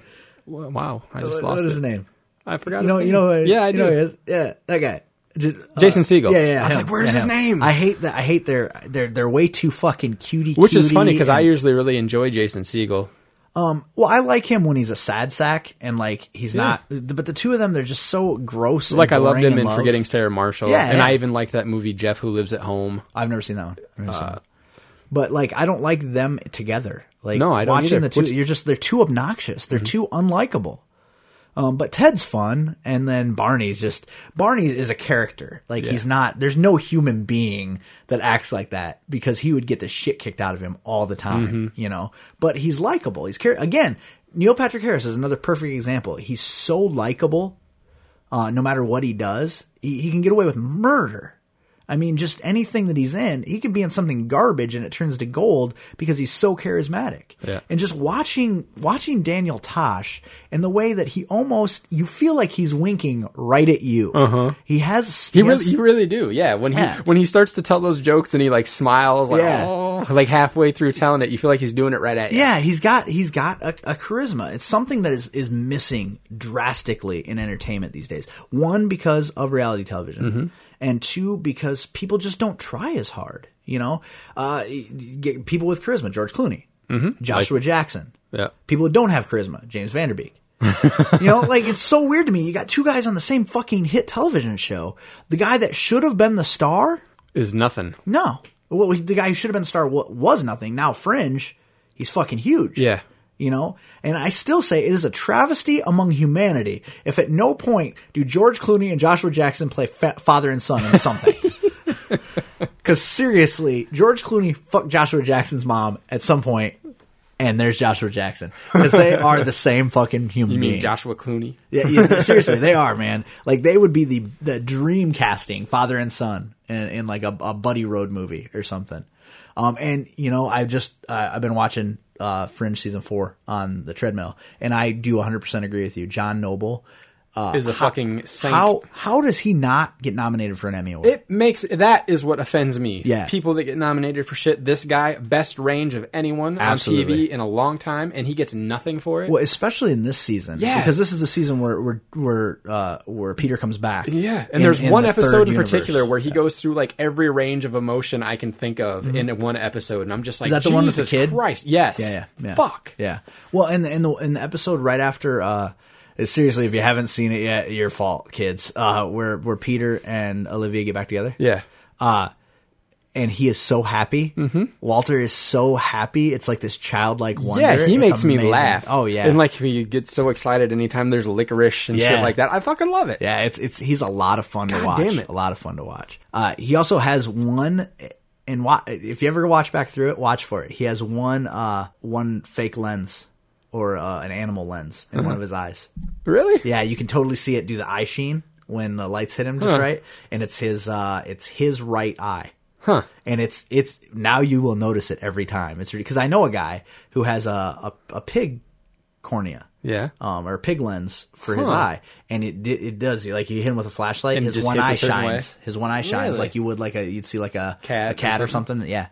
D: w- wow, I just
C: what,
D: lost
C: what is
D: it.
C: his name?
D: I forgot.
C: You know,
D: his
C: you
D: name.
C: know,
D: yeah, I
C: you
D: do.
C: know who he is? yeah, that guy, J- uh,
D: Jason Segel.
C: Yeah, yeah.
D: I was
C: him.
D: like, where's
C: Yeah,
D: his
C: him.
D: name?
C: I hate that. I hate their they're they're way too fucking cutie.
D: Which is funny
C: cutie
D: because I
C: and-
D: usually really enjoy Jason Siegel.
C: um well I like him when he's a sad sack and like he's
D: Yeah.
C: not. But the two of them, they're just so gross. and
D: Like I loved
C: boring
D: him
C: and
D: in
C: love.
D: Forgetting Sarah Marshall.
C: Yeah,
D: and
C: yeah.
D: I even liked that movie Jeff Who Lives at Home.
C: I've never seen that one. I've never seen
D: Uh,
C: that. But like, I don't like them together. Like,
D: No, I don't
C: watching
D: either. Mm-hmm.
C: the two.
D: Which-
C: You're just they're too obnoxious. They're too unlikable. Um, but Ted's fun, and then Barney's just Barney's is a character. Like he's not. There's no human being that acts like that because he would get the shit kicked out of him all the time.
D: Mm-hmm.
C: You know. But he's likable. He's char- again. Neil Patrick Harris is another perfect example. He's so likable uh, no matter what he does. He, he can get away with murder. I mean, just anything that he's in, he could be in something garbage and it turns to gold because he's so charismatic.
D: Yeah.
C: And just watching watching Daniel Tosh and the way that he almost you feel like he's winking right at you. Uh-huh. He has
D: He
C: has-
D: really, you really do, yeah. When he
C: Yeah.
D: when he starts to tell those jokes and he like smiles, like
C: Yeah.
D: "Oh," like halfway through telling it, you feel like he's doing it right at you.
C: Yeah, he's got he's got a, a charisma. It's something that is is missing drastically in entertainment these days. One because of reality television, and two because people just don't try as hard. You know, uh, you get people with charisma, George Clooney, Joshua Jackson,
D: Yeah.
C: people who don't have charisma, James Vanderbeek. you know, like it's so weird to me. You got two guys on the same fucking hit television show. The guy that should have been the star
D: is nothing.
C: no. Well, he- the guy who should have been a star wa- was nothing. Now Fringe, he's fucking huge.
D: Yeah.
C: You know, and I still say it is a travesty among humanity if at no point do George Clooney and Joshua Jackson play fa- father and son in something. Because seriously, George Clooney fucked Joshua Jackson's mom at some point, and there's Joshua Jackson because they are the same fucking human
D: You mean
C: being.
D: Joshua Clooney?
C: Yeah, yeah, seriously, they are, man. Like they would be the the dream casting father and son in, in like a, a buddy road movie or something. Um, and you know, I just uh, I've been watching uh, Fringe season four on the treadmill, and I do 100 percent agree with you, John Noble. Uh,
D: Is a fucking saint.
C: how how does he not get nominated for an Emmy award?
D: It makes that is what offends me.
C: Yeah.
D: people that get nominated for shit. This guy, best range of anyone on
C: Absolutely.
D: TV in a long time, and he gets nothing for it.
C: well, especially in this season,
D: Yeah.
C: because this is the season where where where, uh, where Peter comes back.
D: Yeah, and
C: in-
D: there's
C: in
D: one
C: the third
D: episode in
C: universe.
D: particular where he goes through like every range of emotion I can think of in one episode, and I'm just like,
C: Mm-hmm. that the
D: Jesus
C: one with the kid?
D: Christ, yes,
C: Yeah, yeah, yeah.
D: fuck,
C: Yeah. Well, and the, in the in the episode right after, uh, seriously, if you haven't seen it yet, your fault, kids. Uh, where where Peter and Olivia get back together.
D: yeah.
C: And he is so happy. Mm-hmm. Walter is so happy. It's like this childlike wonder.
D: Yeah, he
C: It's
D: makes me
C: amazing.
D: laugh.
C: Oh yeah.
D: and like he gets so excited anytime there's licorice and shit
C: Yeah.
D: like that. I fucking love it.
C: Yeah, it's it's he's a lot of fun to
D: God
C: watch.
D: damn it.
C: A lot of fun to watch. Uh, he also has one, and wa- if you ever watch back through it, watch for it. He has one uh, one fake lens or uh, an animal lens in
D: Uh-huh.
C: one of his eyes.
D: Really?
C: Yeah, you can totally see it do the eye sheen when the lights hit him just
D: Huh.
C: right, and it's his uh, it's his right eye.
D: Huh.
C: And it's it's now you will notice it every time. It's because I know a guy who has a a, a pig cornea.
D: Yeah.
C: Um, or pig lens for his
D: Huh.
C: eye, and it di- it does like you hit him with a flashlight,
D: And
C: his
D: it just
C: one
D: hits a
C: eye
D: certain
C: shines,
D: way?
C: his one eye shines
D: Really?
C: like you would like a you'd see like a
D: Cat
C: a cat
D: or
C: or something. Yeah,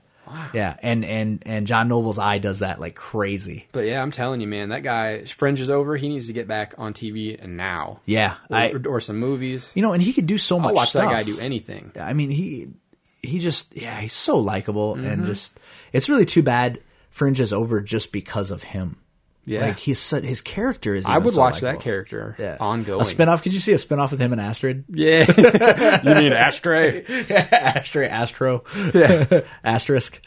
C: yeah, and and and John Noble's eye does that like crazy.
D: But yeah, I'm telling you, man, that guy Fringe is over. He needs to get back on TV and now.
C: Yeah,
D: Or,
C: I
D: or some movies.
C: you know, and he could do so much.
D: I'll watch
C: stuff.
D: that guy do anything.
C: I mean, he he just yeah, he's so likable and
D: Mm-hmm.
C: just it's really too bad Fringe is over just because of him.
D: Yeah.
C: Like he's so, his character is.
D: I
C: even
D: would
C: so
D: watch that
C: likable.
D: character
C: Yeah.
D: ongoing.
C: A spinoff? Could you see a spinoff with him and Astrid?
D: yeah. you need an ashtray.
C: Astray, Astro, asterisk,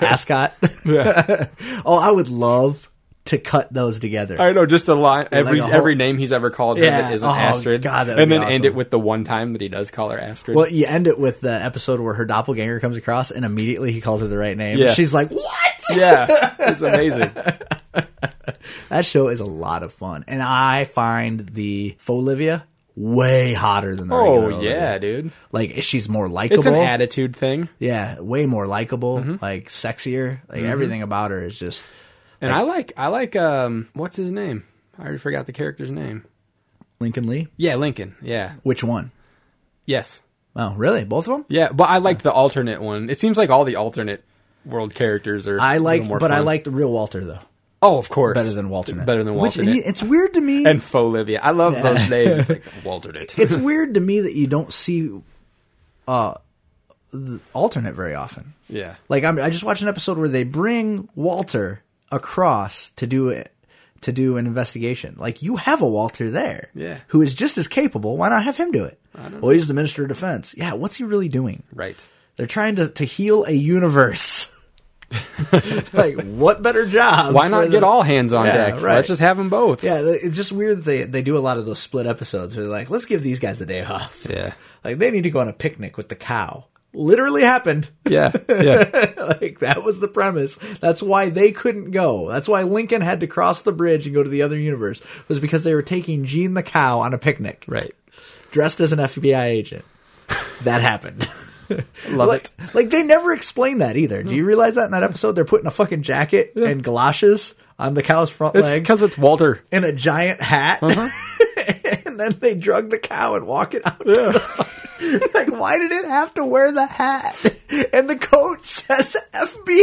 C: ascot. oh, I would love to cut those together.
D: I know, just a line. Every
C: a whole-
D: every name he's ever called her
C: Yeah.
D: that isn't
C: Oh,
D: Astrid,
C: God, that would
D: and
C: be
D: then end
C: awesome.
D: it with the one time that he does call her Astrid.
C: Well, you end it with the episode where her doppelganger comes across, and immediately he calls her the right name.
D: Yeah.
C: She's like, "What?"
D: yeah, it's amazing.
C: That show is a lot of fun, and I find the Folivia way hotter than the
D: Oh
C: regular
D: yeah,
C: Olivia.
D: dude,
C: like she's more likable.
D: it's an attitude thing,
C: yeah, way more likable,
D: Mm-hmm.
C: like sexier. Like everything about her is just
D: and I like I like um what's his name? I already forgot the character's name.
C: Lincoln Lee.
D: Yeah, Lincoln. Yeah,
C: Which one?
D: yes,
C: Oh, really? Both of them?
D: yeah, but I like the alternate one. It seems like all the alternate world characters are.
C: I
D: a
C: like,
D: little more
C: but I
D: fun.
C: like the real Walter though
D: Oh, of course,
C: better than Walter.
D: better than
C: Which-
D: Walter.
C: it's weird to me.
D: and Folivia. I love those names. It's like Walter
C: it's weird to me that you don't see uh the alternate very often.
D: Yeah.
C: Like I'm, I just watched an episode where they bring Walter across to do it to do an investigation. Like you have a Walter there,
D: Yeah.
C: who is just as capable. Why not have him do it? Well, he's the Minister of Defense. Yeah, what's he really doing?
D: Right.
C: They're trying to to heal a universe. like what better job?
D: Why
C: for
D: not
C: the-
D: get all hands on
C: Yeah,
D: deck?
C: right.
D: Let's just have them both.
C: Yeah, th- it's just weird that they they do a lot of those split episodes. Where they're like, let's give these guys a day off.
D: Yeah.
C: Like they need to go on a picnic with the cow. Literally happened.
D: Yeah. Yeah.
C: like that was the premise. That's why they couldn't go. That's why Lincoln had to cross the bridge and go to the other universe was because they were taking Gene the cow on a picnic,
D: right.
C: dressed as an FBI agent. that happened.
D: Love
C: like,
D: it.
C: like they never explain that either. Do you realize that in that episode they're putting a fucking jacket and galoshes on the cow's front
D: It's
C: legs
D: because it's Walter.
C: in a giant hat. and then they drug the cow and walk it out. like, why did it have to wear the hat? And the coat says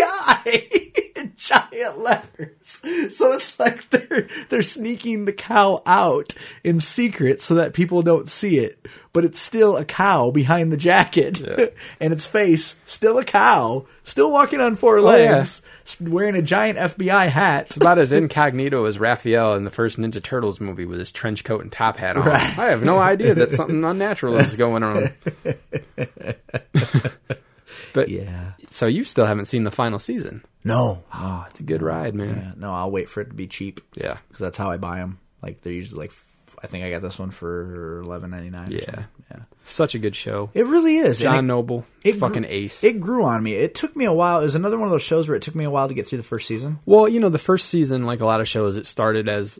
C: FBI in giant letters. So it's like they're they're sneaking the cow out in secret so that people don't see it. But it's still a cow behind the jacket, and its face still a cow, still walking on four
D: yeah.
C: legs, s- wearing a giant FBI hat.
D: About as incognito as Raphael in the first Ninja Turtles movie with his trench coat and top hat on. I have no idea that something unnatural is going on. but
C: Yeah.
D: so you still haven't seen the final season.
C: No, no,
D: It's a good ride, man.
C: Ah, Yeah, no, I'll wait for it to be cheap
D: Yeah.
C: because that's how I buy them. Like they're usually like, f- I think I got this one for eleven ninety nine.
D: Yeah.
C: yeah.
D: Such a good show.
C: It really is. and
D: John
C: it,
D: Noble,
C: it
D: fucking
C: grew,
D: ace.
C: It grew on me. It took me a while. It was another one of those shows where it took me a while to get through the first season.
D: Well, you know, the first season, like a lot of shows, it started as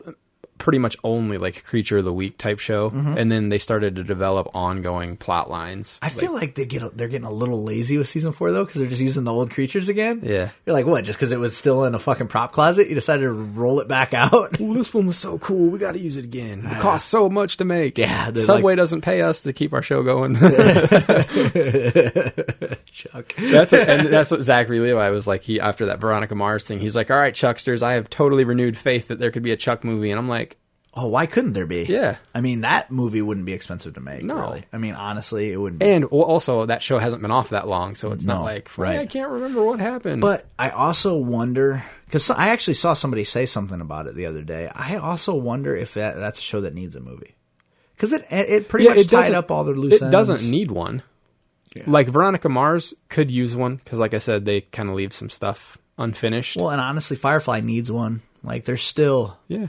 D: pretty much only like a creature of the week type show, and then they started to develop ongoing plot lines.
C: Mm-hmm. I feel like they get a- they're getting a little lazy with season four though because they're just using the old creatures again.
D: Yeah.
C: you're like what? Just because it was still in a fucking prop closet, you decided to roll it back out.
D: Ooh, this one was so cool. We got to use it again. It costs so much to make.
C: Yeah, they're
D: Subway
C: like-
D: doesn't pay us to keep our show going.
C: Chuck.
D: that's what, and that's what Zachary Levi was like. He after that Veronica Mars thing, he's like, "All right, Chucksters, I have totally renewed faith that there could be a Chuck movie." And I'm like,
C: Oh, why couldn't there be?
D: Yeah.
C: I mean that movie wouldn't be expensive to make.
D: No.
C: really. I mean honestly, it wouldn't. be.
D: and well, also that show hasn't been off that long, so it's
C: No,
D: not like
C: right.
D: I can't remember what happened.
C: But I also wonder because I actually saw somebody say something about it the other day. I also wonder if that, that's a show that needs a movie because it it pretty much tied
D: doesn't-
C: up all their loose
D: It
C: ends.
D: doesn't need one. Like Veronica Mars could use one because, like I said, they kind of leave some stuff unfinished.
C: well, and honestly, Firefly needs one. Like there's still,
D: yeah,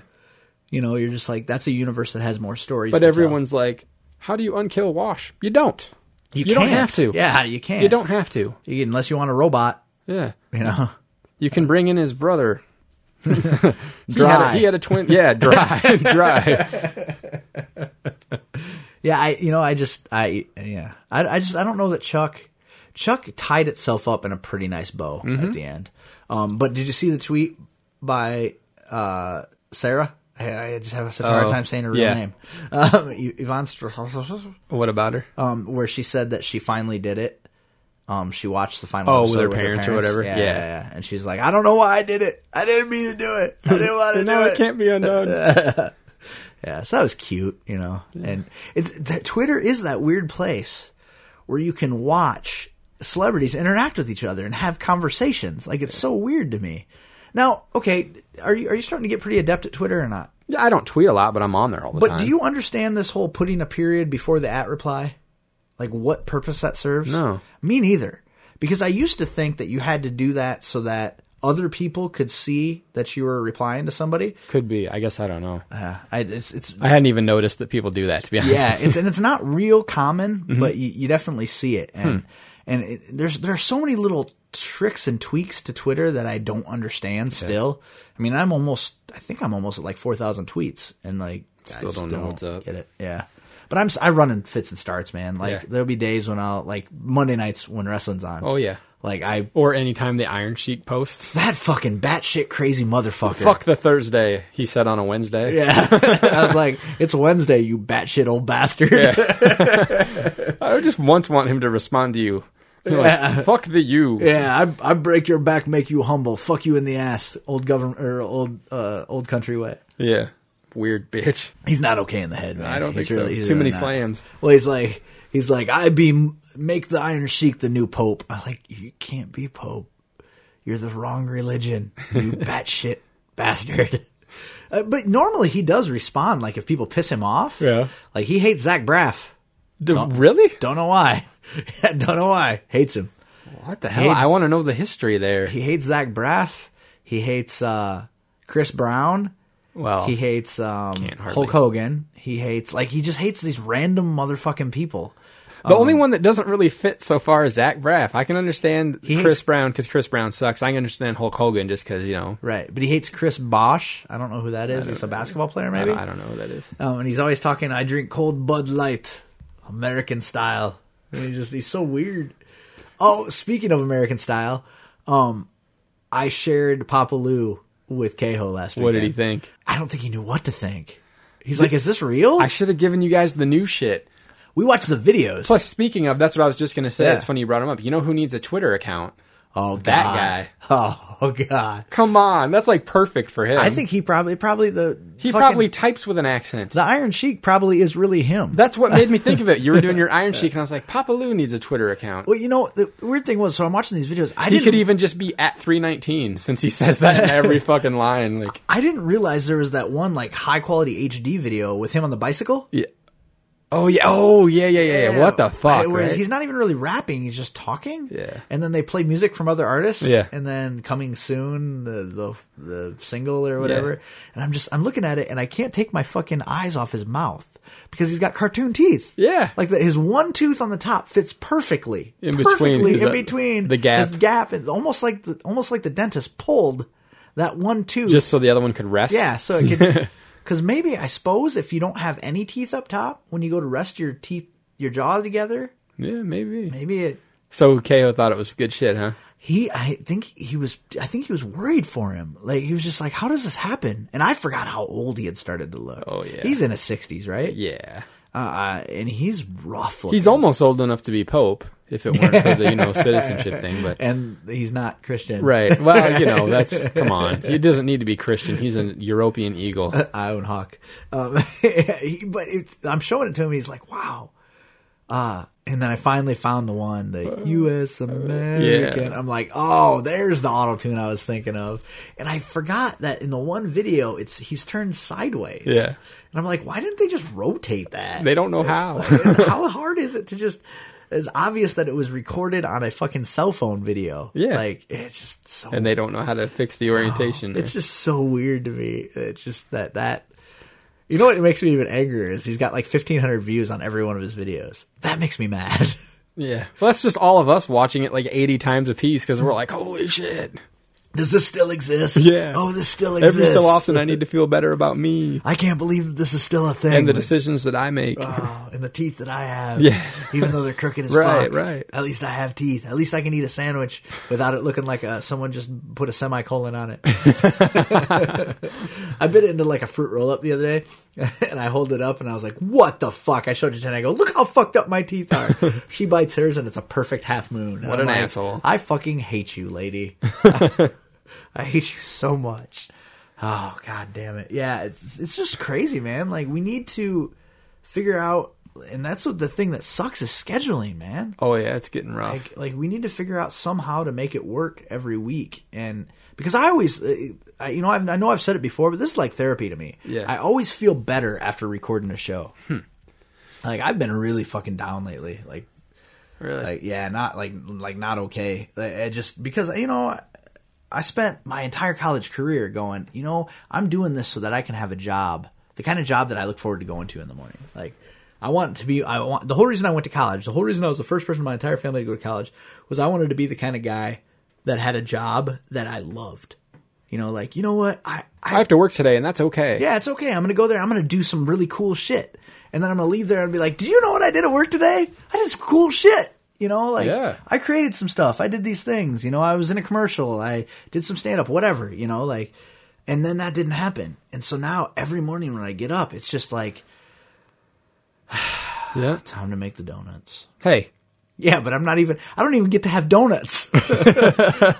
C: you know, you're just like that's a universe that has more stories.
D: but
C: to
D: everyone's like, "How do you unkill Wash?" You don't.
C: tell. you,
D: don't
C: can't.
D: have to.
C: Yeah, you can't.
D: You don't have to.
C: You- unless you want a robot.
D: Yeah,
C: You know,
D: you can bring in his brother. Dry. He had
C: Dry.
D: a, he had a twin. Yeah, dry, dry.
C: Yeah, I you know I just I yeah I I just I don't know that Chuck Chuck tied itself up in a pretty nice bow
D: Mm-hmm.
C: at the end. Um, but did you see the tweet by uh, Sarah? I, I just have such a hard
D: Oh,
C: time saying her real
D: yeah.
C: name, um, Y- Yvonne. Str-
D: What about her?
C: um, where she said that she finally did it. Um, she watched the final
D: Oh, with
C: episode
D: her parents or whatever?
C: Yeah,
D: Yeah.
C: yeah, yeah. and she's like, "I don't know why I did it. I didn't mean to do it. I didn't want to do
D: no,
C: it."
D: it can't be undone.
C: Yeah, so that was cute, you know. And it's that Twitter is that weird place where you can watch celebrities interact with each other and have conversations. Like it's so weird to me. Now, okay, are you are you starting to get pretty adept at Twitter or not?
D: Yeah, I don't tweet a lot, but I'm on there all the
C: But
D: time.
C: do you understand this whole putting a period before the at reply? Like what purpose that serves?
D: No.
C: Me neither. Because I used to think that you had to do that so that other people could see that you were replying to somebody.
D: Could be. I guess I don't know.
C: Uh, I, it's it's
D: I hadn't even noticed that people do that. To be honest,
C: yeah, it's and it's not real common,
D: Mm-hmm.
C: but you, you definitely see it. And
D: Hmm.
C: and it, there's there's so many little tricks and tweaks to Twitter that I don't understand still. I mean, I'm almost I think I'm almost at like 4,000 tweets and like
D: Still
C: I
D: don't know what's up.
C: Get it. Yeah. But I'm s- I run in fits and starts, man. Like
D: Yeah.
C: there'll be days when I'll like Monday nights when wrestling's on.
D: Oh yeah.
C: Like I
D: Or anytime the Iron Sheik posts.
C: that fucking batshit crazy motherfucker.
D: Fuck the Thursday, he said on a Wednesday.
C: Yeah. I was like, it's Wednesday, you batshit old bastard.
D: I would just once want him to respond to you. You're like,
C: Yeah.
D: Fuck the you.
C: Yeah, I I break your back, make you humble, fuck you in the ass, old government or old uh, old country way.
D: Yeah. Weird bitch.
C: He's not okay in the head, man.
D: I don't
C: He's
D: think so.
C: he's
D: Too many
C: not.
D: slams.
C: Well, he's like he's like I be make the Iron Sheik the new pope. I'm like you can't be pope. You're the wrong religion, you batshit bastard. Uh, but normally he does respond like if people piss him off.
D: Yeah.
C: like he hates Zach Braff.
D: D- really?
C: Don't know why. don't know why. Hates him.
D: What the hell?
C: Hates-
D: I want to know the history there.
C: He hates Zach Braff. He hates uh, Chris Brown.
D: well,
C: He hates um,
D: Oh, Can't hardly.
C: Hulk Hogan. He hates like he just hates these random motherfucking people.
D: the only
C: um,
D: one that doesn't really fit so far is Zach Braff. I can understand
C: He
D: Chris
C: hates-
D: Brown because Chris Brown sucks. I can understand Hulk Hogan just because, you know,
C: Right, but he hates Chris Bosch. I don't know who that is. He's a basketball player,
D: I
C: maybe.
D: don't, I don't know who that is.
C: Um, and he's always talking. I drink cold Bud Light, American style. And he's just he's so weird. Oh, speaking of American style, um, I shared Papa Lou with Keho last week.
D: What did he think?
C: I don't think he knew what to think. He's like, "Is this real?"
D: I should have given you guys the new shit.
C: we watched the videos.
D: Plus, speaking of, that's what I was just going to say.
C: Yeah.
D: It's funny you brought him up. You know who needs a Twitter account?
C: Oh,
D: That
C: God.
D: guy.
C: Oh, oh, God. Um,
D: Come on, that's like perfect for him.
C: I think he probably, probably the
D: he
C: fucking-
D: probably types with an accent.
C: the Iron Sheik probably is really him.
D: That's what made me think of it. You were doing your Iron Sheik, and I was like, Papa Lou needs a Twitter account.
C: well, you know, the weird thing was, so I'm watching these videos. I
D: He
C: didn't,
D: could even just be at 319 since he says that in every fucking line. Like,
C: I didn't realize there was that one like high quality HD video with him on the bicycle.
D: yeah. oh yeah, oh yeah, yeah, yeah. yeah. What the fuck?
C: Right, whereas
D: right?
C: he's not even really rapping; he's just talking.
D: Yeah.
C: And then they play music from other artists.
D: Yeah.
C: And then coming soon, the the, the single or whatever. And I'm just I'm looking at it, and I can't take my fucking eyes off his mouth because he's got cartoon teeth.
D: Yeah.
C: Like the, his one tooth on the top fits perfectly
D: In between
C: perfectly
D: his,
C: in
D: uh,
C: between
D: the gap.
C: his gap, and almost like the, almost like the dentist pulled that one tooth.
D: just so the other one could rest.
C: Yeah, so it could because maybe I suppose if you don't have any teeth up top when you go to rest your teeth your jaw together,
D: yeah, maybe.
C: maybe it.
D: So Ko thought it was good shit, huh?
C: He, I think he was, I think he was worried for him. Like he was just like, how does this happen? And I forgot how old he had started to look.
D: Oh, yeah.
C: he's in his sixties, right?
D: Yeah,
C: Uh, uh, and he's rough. Looking.
D: he's almost old enough to be Pope if it weren't for the you know citizenship thing, but.
C: and he's not Christian,
D: Right. Well, you know, that's come on. He doesn't need to be Christian. He's an European eagle.
C: I own Hawk. Um, he- but it's, I'm showing it to him. He's like, wow. Uh, and then I finally found the one, the U.S. American. I'm like, oh, there's the auto tune I was thinking of. And I forgot that in the one video, it's he's turned sideways.
D: Yeah.
C: And I'm like, why didn't they just rotate that?
D: They don't know how.
C: How hard is it to just? It's obvious that it was recorded on a fucking cell phone video.
D: Yeah.
C: like it's just so
D: And they don't know how to fix the orientation. there.
C: it's just so weird to me. It's just that that you know what makes me even angrier is he's got like fifteen hundred views on every one of his videos. That makes me mad.
D: yeah. Well, that's just all of us watching it like 80 times a piece because we're like, holy shit.
C: Does this still exist?
D: Yeah.
C: Oh, this still exists.
D: Every so often, I need to feel better about me
C: I can't believe that this is still a thing.
D: and the
C: Like,
D: decisions that I make.
C: oh, and the teeth that I have.
D: Yeah.
C: Even though they're crooked as
D: Right,
C: fuck.
D: right.
C: At least I have teeth. At least I can eat a sandwich without it looking like uh someone just put a semicolon on it. I bit into like a fruit roll up the other day and I hold it up and I was like, what the fuck? I showed it to Jen. I go, look how fucked up my teeth are. she bites hers and it's a perfect half moon. And
D: What
C: I'm
D: an
C: like,
D: asshole.
C: I fucking hate you, lady. I hate you so much. Oh god damn it. Yeah, it's it's just crazy, man. Like we need to figure out and that's what the thing that sucks is scheduling, man.
D: Oh yeah, it's getting rough.
C: Like like we need to figure out somehow to make it work every week and because I always uh, I, you know I've, I know I've said it before, but this is like therapy to me.
D: Yeah. Hmm.
C: I always feel better after recording a show. Like I've been really fucking down lately. Like
D: really.
C: like yeah not like like not okay Like, I just because you know I- i spent my entire college career going you know i'm doing this so that i can have a job the kind of job that i look forward to going to in the morning like i want to be i want the whole reason i went to college the whole reason i was the first person in my entire family to go to college was i wanted to be the kind of guy that had a job that i loved you know like you know what i
D: I
C: i
D: have to work today, and that's okay.
C: yeah, it's okay. I'm going to go there. I'm going to do some really cool shit. And then I'm going to leave there and be like, do you know what I did at work today? I did some cool shit. You know, like
D: Yeah.
C: I created some stuff. I did these things. You know, I was in a commercial. I did some stand up, whatever, you know, like, and then that didn't happen. And so now every morning when I get up, it's just like,
D: Yeah.
C: time to make the donuts.
D: Hey,
C: Yeah, but I'm not even, I don't even get to have donuts.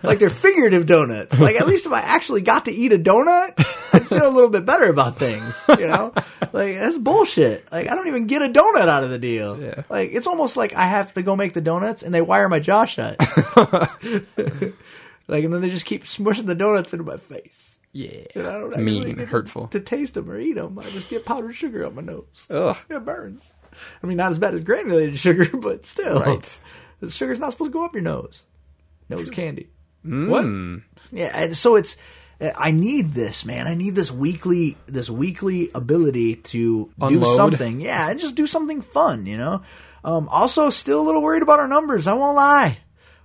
C: like they're figurative donuts. Like at least if I actually got to eat a donut, I'd feel a little bit better about things, you know? Like that's bullshit. Like I don't even get a donut out of the deal.
D: Yeah.
C: Like it's almost like I have to go make the donuts and they wire my jaw shut. like and then they just keep smushing the donuts into my face.
D: yeah.
C: And I don't
D: It's
C: actually
D: mean,
C: get to-
D: hurtful.
C: To, taste them or eat them. I just get powdered sugar on my nose.
D: Ugh.
C: It burns. I mean, not as bad as granulated sugar, but still.
D: Right.
C: The sugar's not supposed to go up your nose. Nose candy.
D: Mm.
C: What? Yeah, and so it's. uh, I need this, man. I need this weekly, this weekly ability to do
D: Unload.
C: something. Yeah, and just do something fun, you know. Um, also, still a little worried about our numbers. I won't lie,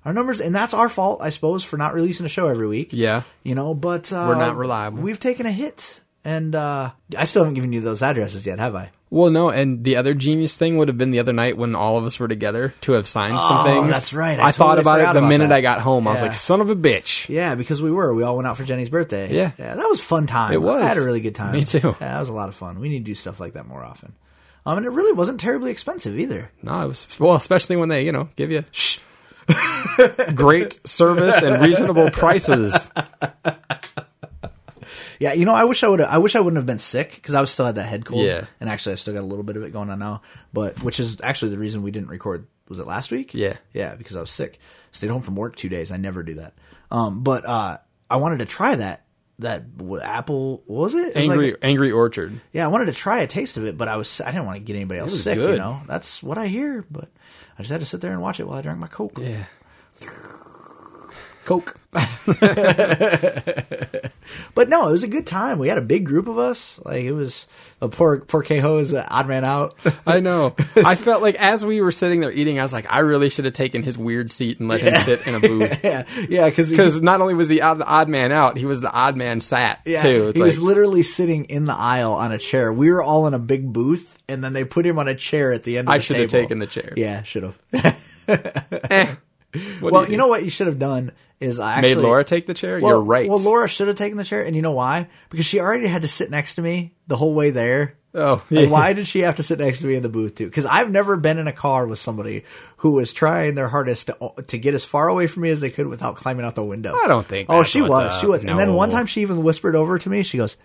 C: our numbers, and that's our fault, I suppose, for not releasing a show every week.
D: Yeah.
C: you know, but uh,
D: We're not reliable.
C: We've taken a hit, and uh, I still haven't given you those addresses yet, have I?
D: Well, no, and the other genius thing would have been the other night when all of us were together to have signed some things.
C: Oh, that's right. I
D: I, thought
C: totally
D: about it
C: forgot
D: the
C: about
D: minute
C: that.
D: I got home. I was
C: Yeah.
D: like, son of a bitch.
C: Yeah, because we were. We all went out for Jenny's birthday.
D: Yeah.
C: that was a fun time.
D: It was.
C: I had a really good time.
D: Me too.
C: Yeah, that was a lot of fun. We need to do stuff like that more often. Um, and it really wasn't terribly expensive either.
D: No, it was well, especially when they, you know, give you great service and reasonable prices.
C: Yeah, you know, I wish I would. I wish I wouldn't have been sick because I was still had that head cold.
D: Yeah.
C: and actually, I still got a little bit of it going on now. But which is actually the reason we didn't record. Was it last week?
D: Yeah.
C: yeah, because I was sick. Stayed home from work two days. I never do that. Um, but uh, I wanted to try that. That what, apple what was it? It was like-
D: Angry, Angry Orchard.
C: Yeah, I wanted to try a taste of it, but I was I didn't want to get anybody else
D: was
C: sick. You
D: good.
C: know, that's what I hear. But I just had to sit there and watch it while I drank my coke.
D: Yeah,
C: Coke. but no, it was a good time. We had a big group of us. Like it was a poor poor Kehoe is the odd man out.
D: I know. I felt like as we were sitting there eating, I was like, I really should have taken his weird seat and let him sit in a booth.
C: yeah, yeah, because
D: Because not only was the odd, the odd man out, he was the odd man sat
C: Yeah,
D: too. It's
C: he was
D: like-
C: literally sitting in the aisle on a chair. We were all in a big booth, and then they put him on a chair at the end. of
D: I
C: the
D: should have
C: table.
D: taken the chair.
C: Yeah, should have.
D: Eh. What do
C: well,
D: do?
C: you know what you should have done is I actually
D: made Laura take the chair.
C: Well,
D: You're right.
C: Well, Laura should have taken the chair, and you know why? Because she already had to sit next to me the whole way there.
D: Oh,
C: Like,
D: yeah.
C: why did she have to sit next to me in the booth too? Because I've never been in a car with somebody who was trying their hardest to to get as far away from me as they could without climbing out the window.
D: I don't think
C: Oh,
D: that's
C: she
D: what's
C: was.
D: up.
C: She was. And then one
D: No.
C: time, she even whispered over to me. She goes,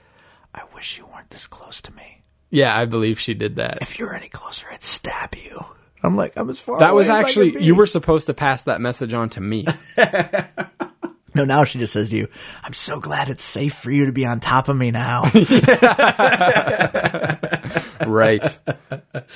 C: "I wish you weren't this close to me.
D: yeah, I believe she did that.
C: If you were any closer, I'd stab you." I'm like, I'm as far.
D: That was
C: away as I can
D: actually
C: be."
D: you were supposed to pass that message on to me.
C: No, now she just says to you, I'm so glad it's safe for you to be on top of me now.
D: right.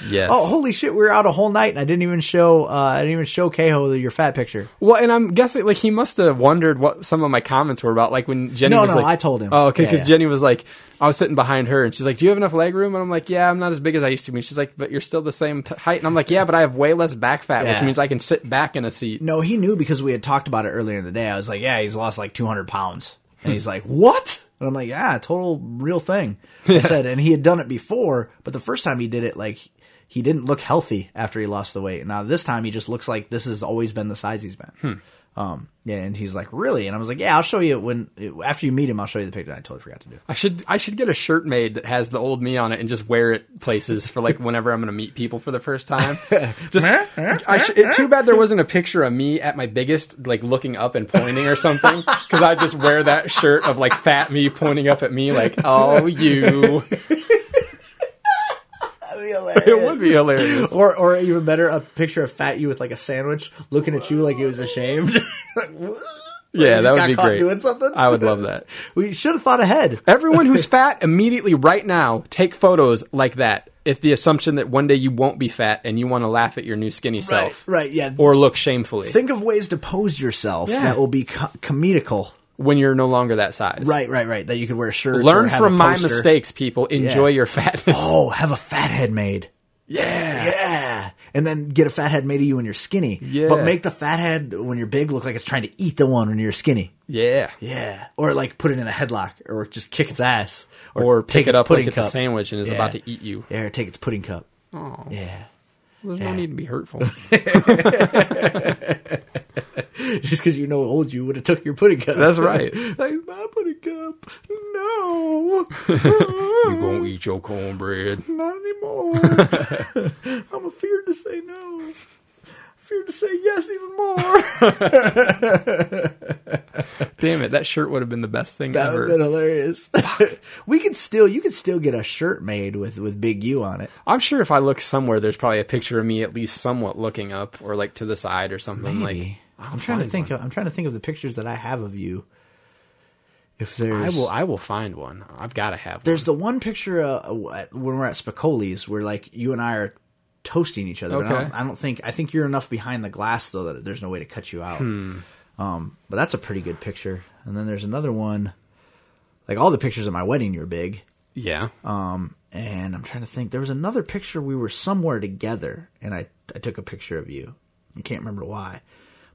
D: Yes.
C: Oh, holy shit! We were out a whole night, and I didn't even show. Uh, I didn't even show Keho your fat picture.
D: Well, and I'm guessing like he must have wondered what some of my comments were about. Like when Jenny
C: No,
D: was
C: no,
D: like,
C: I told him.
D: Oh, okay,
C: Yeah,
D: because
C: yeah.
D: Jenny was like, I was sitting behind her, and she's like, "Do you have enough leg room?" And I'm like, "Yeah, I'm not as big as I used to be." And she's like, "But you're still the same t- height." And I'm like, "Yeah, but I have way less back fat, which
C: Yeah.
D: means I can sit back in a seat."
C: No, he knew because we had talked about it earlier in the day. I was like, yeah, he's lost like 200 pounds. And he's like, what? And I'm like, yeah, total real thing. I said, and he had done it before, but the first time he did it, like, he didn't look healthy after he lost the weight. And now this time he just looks like this has always been the size he's been. Um, yeah, and he's like, really? And I was like, yeah, I'll show you when, after you meet him, I'll show you the picture. I totally forgot to do.
D: I should I should get a shirt made that has the old me on it and just wear it places for like whenever I'm going to meet people for the first time. just I sh- it, too bad there wasn't a picture of me at my biggest like looking up and pointing or something cuz I just wear that shirt of like fat me pointing up at me like oh you. It would be hilarious.
C: Or, or even better, a picture of fat you with like a sandwich looking at you like he was ashamed. Like,
D: Yeah,
C: you
D: that
C: just
D: would
C: got
D: be
C: caught
D: great.
C: doing something?
D: I would love that.
C: we should have thought ahead.
D: Everyone who's fat, immediately right now, take photos like that. If the assumption that one day you won't be fat and you want to laugh at your new skinny self,
C: Right. Yeah.
D: or look shamefully
C: think of ways to pose yourself
D: Yeah.
C: that will be co- comedical.
D: when you're no longer that size.
C: Right. Right. Right. That you could wear shirts. or
D: Learn
C: have
D: from
C: a
D: my
C: poster.
D: mistakes, people. Enjoy
C: Yeah.
D: your fatness.
C: Oh, have a fat head made.
D: yeah.
C: Yeah. And then get a fat head made of you when you're skinny.
D: Yeah.
C: But make the fat head when you're big look like it's trying to eat the one when you're skinny.
D: Yeah.
C: Yeah. Or like put it in a headlock or just kick its ass.
D: Or
C: take
D: pick it
C: its
D: up like
C: pudding
D: it's a
C: cup.
D: sandwich and is
C: Yeah.
D: about to eat you.
C: Yeah, or take its pudding cup. Yeah.
D: There's no
C: Yeah.
D: need to be hurtful.
C: Just because you know old you would have took your pudding cup.
D: That's right.
C: like my pudding cup. No.
D: you gonna eat your cornbread.
C: Not anymore. I'm afeard to say no. Feared to say yes even more.
D: Damn it, that shirt would have been the best thing
C: that would
D: ever.
C: have been hilarious. we could still, you could still get a shirt made with with Big U on it.
D: I'm sure if I look somewhere, there's probably a picture of me at least somewhat looking up or like to the side or something. Like
C: Maybe.
D: I'll
C: I'm trying to
D: find
C: think.
D: one.
C: Of, I'm trying to think of the pictures that I have of you. If there's,
D: I will. I will find one. I've got to have.
C: there's the one picture uh, at- when we're at Spicoli's where like you and I are toasting each other. But I,
D: Okay.
C: don't, I don't think I think you're enough behind the glass though that there's no way to cut you out. Um, but that's a pretty good picture. And then there's another one. Like all the pictures at my wedding, you're big.
D: One. Yeah.
C: Um, and I'm trying to think. There was another picture we were somewhere together, and I I took a picture of you. I can't remember why,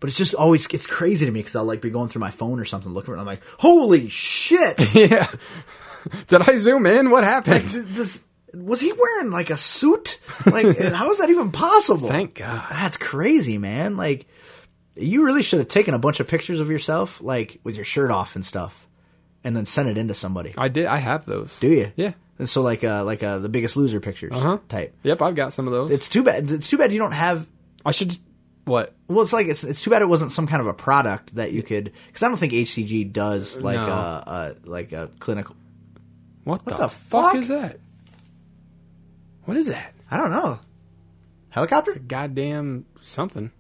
C: but it's just always it's crazy to me because I'll like be going through my phone or something looking for it. And I'm like, holy shit!
D: yeah. Did I zoom in? What happened?
C: Th- this was he wearing like a suit? Like how is that even possible?
D: Thank God.
C: That's crazy, man. Like you really should have taken a bunch of pictures of yourself, like with your shirt off and stuff, and then sent it in to somebody.
D: I did. I have those.
C: Do you?
D: Uh, Yeah. Uh-huh.
C: And so like uh like uh the biggest loser pictures type.
D: Yep, I've got some of those.
C: It's too bad. It's too bad you don't have.
D: I should. What?
C: Well, it's like it's it's too bad it wasn't some kind of a product that you could because I don't think HCG does like
D: No.
C: uh uh like a clinical.
D: What, the,
C: the
D: fuck?
C: fuck?
D: is that? What is that?
C: I don't know. Helicopter
D: Goddamn something.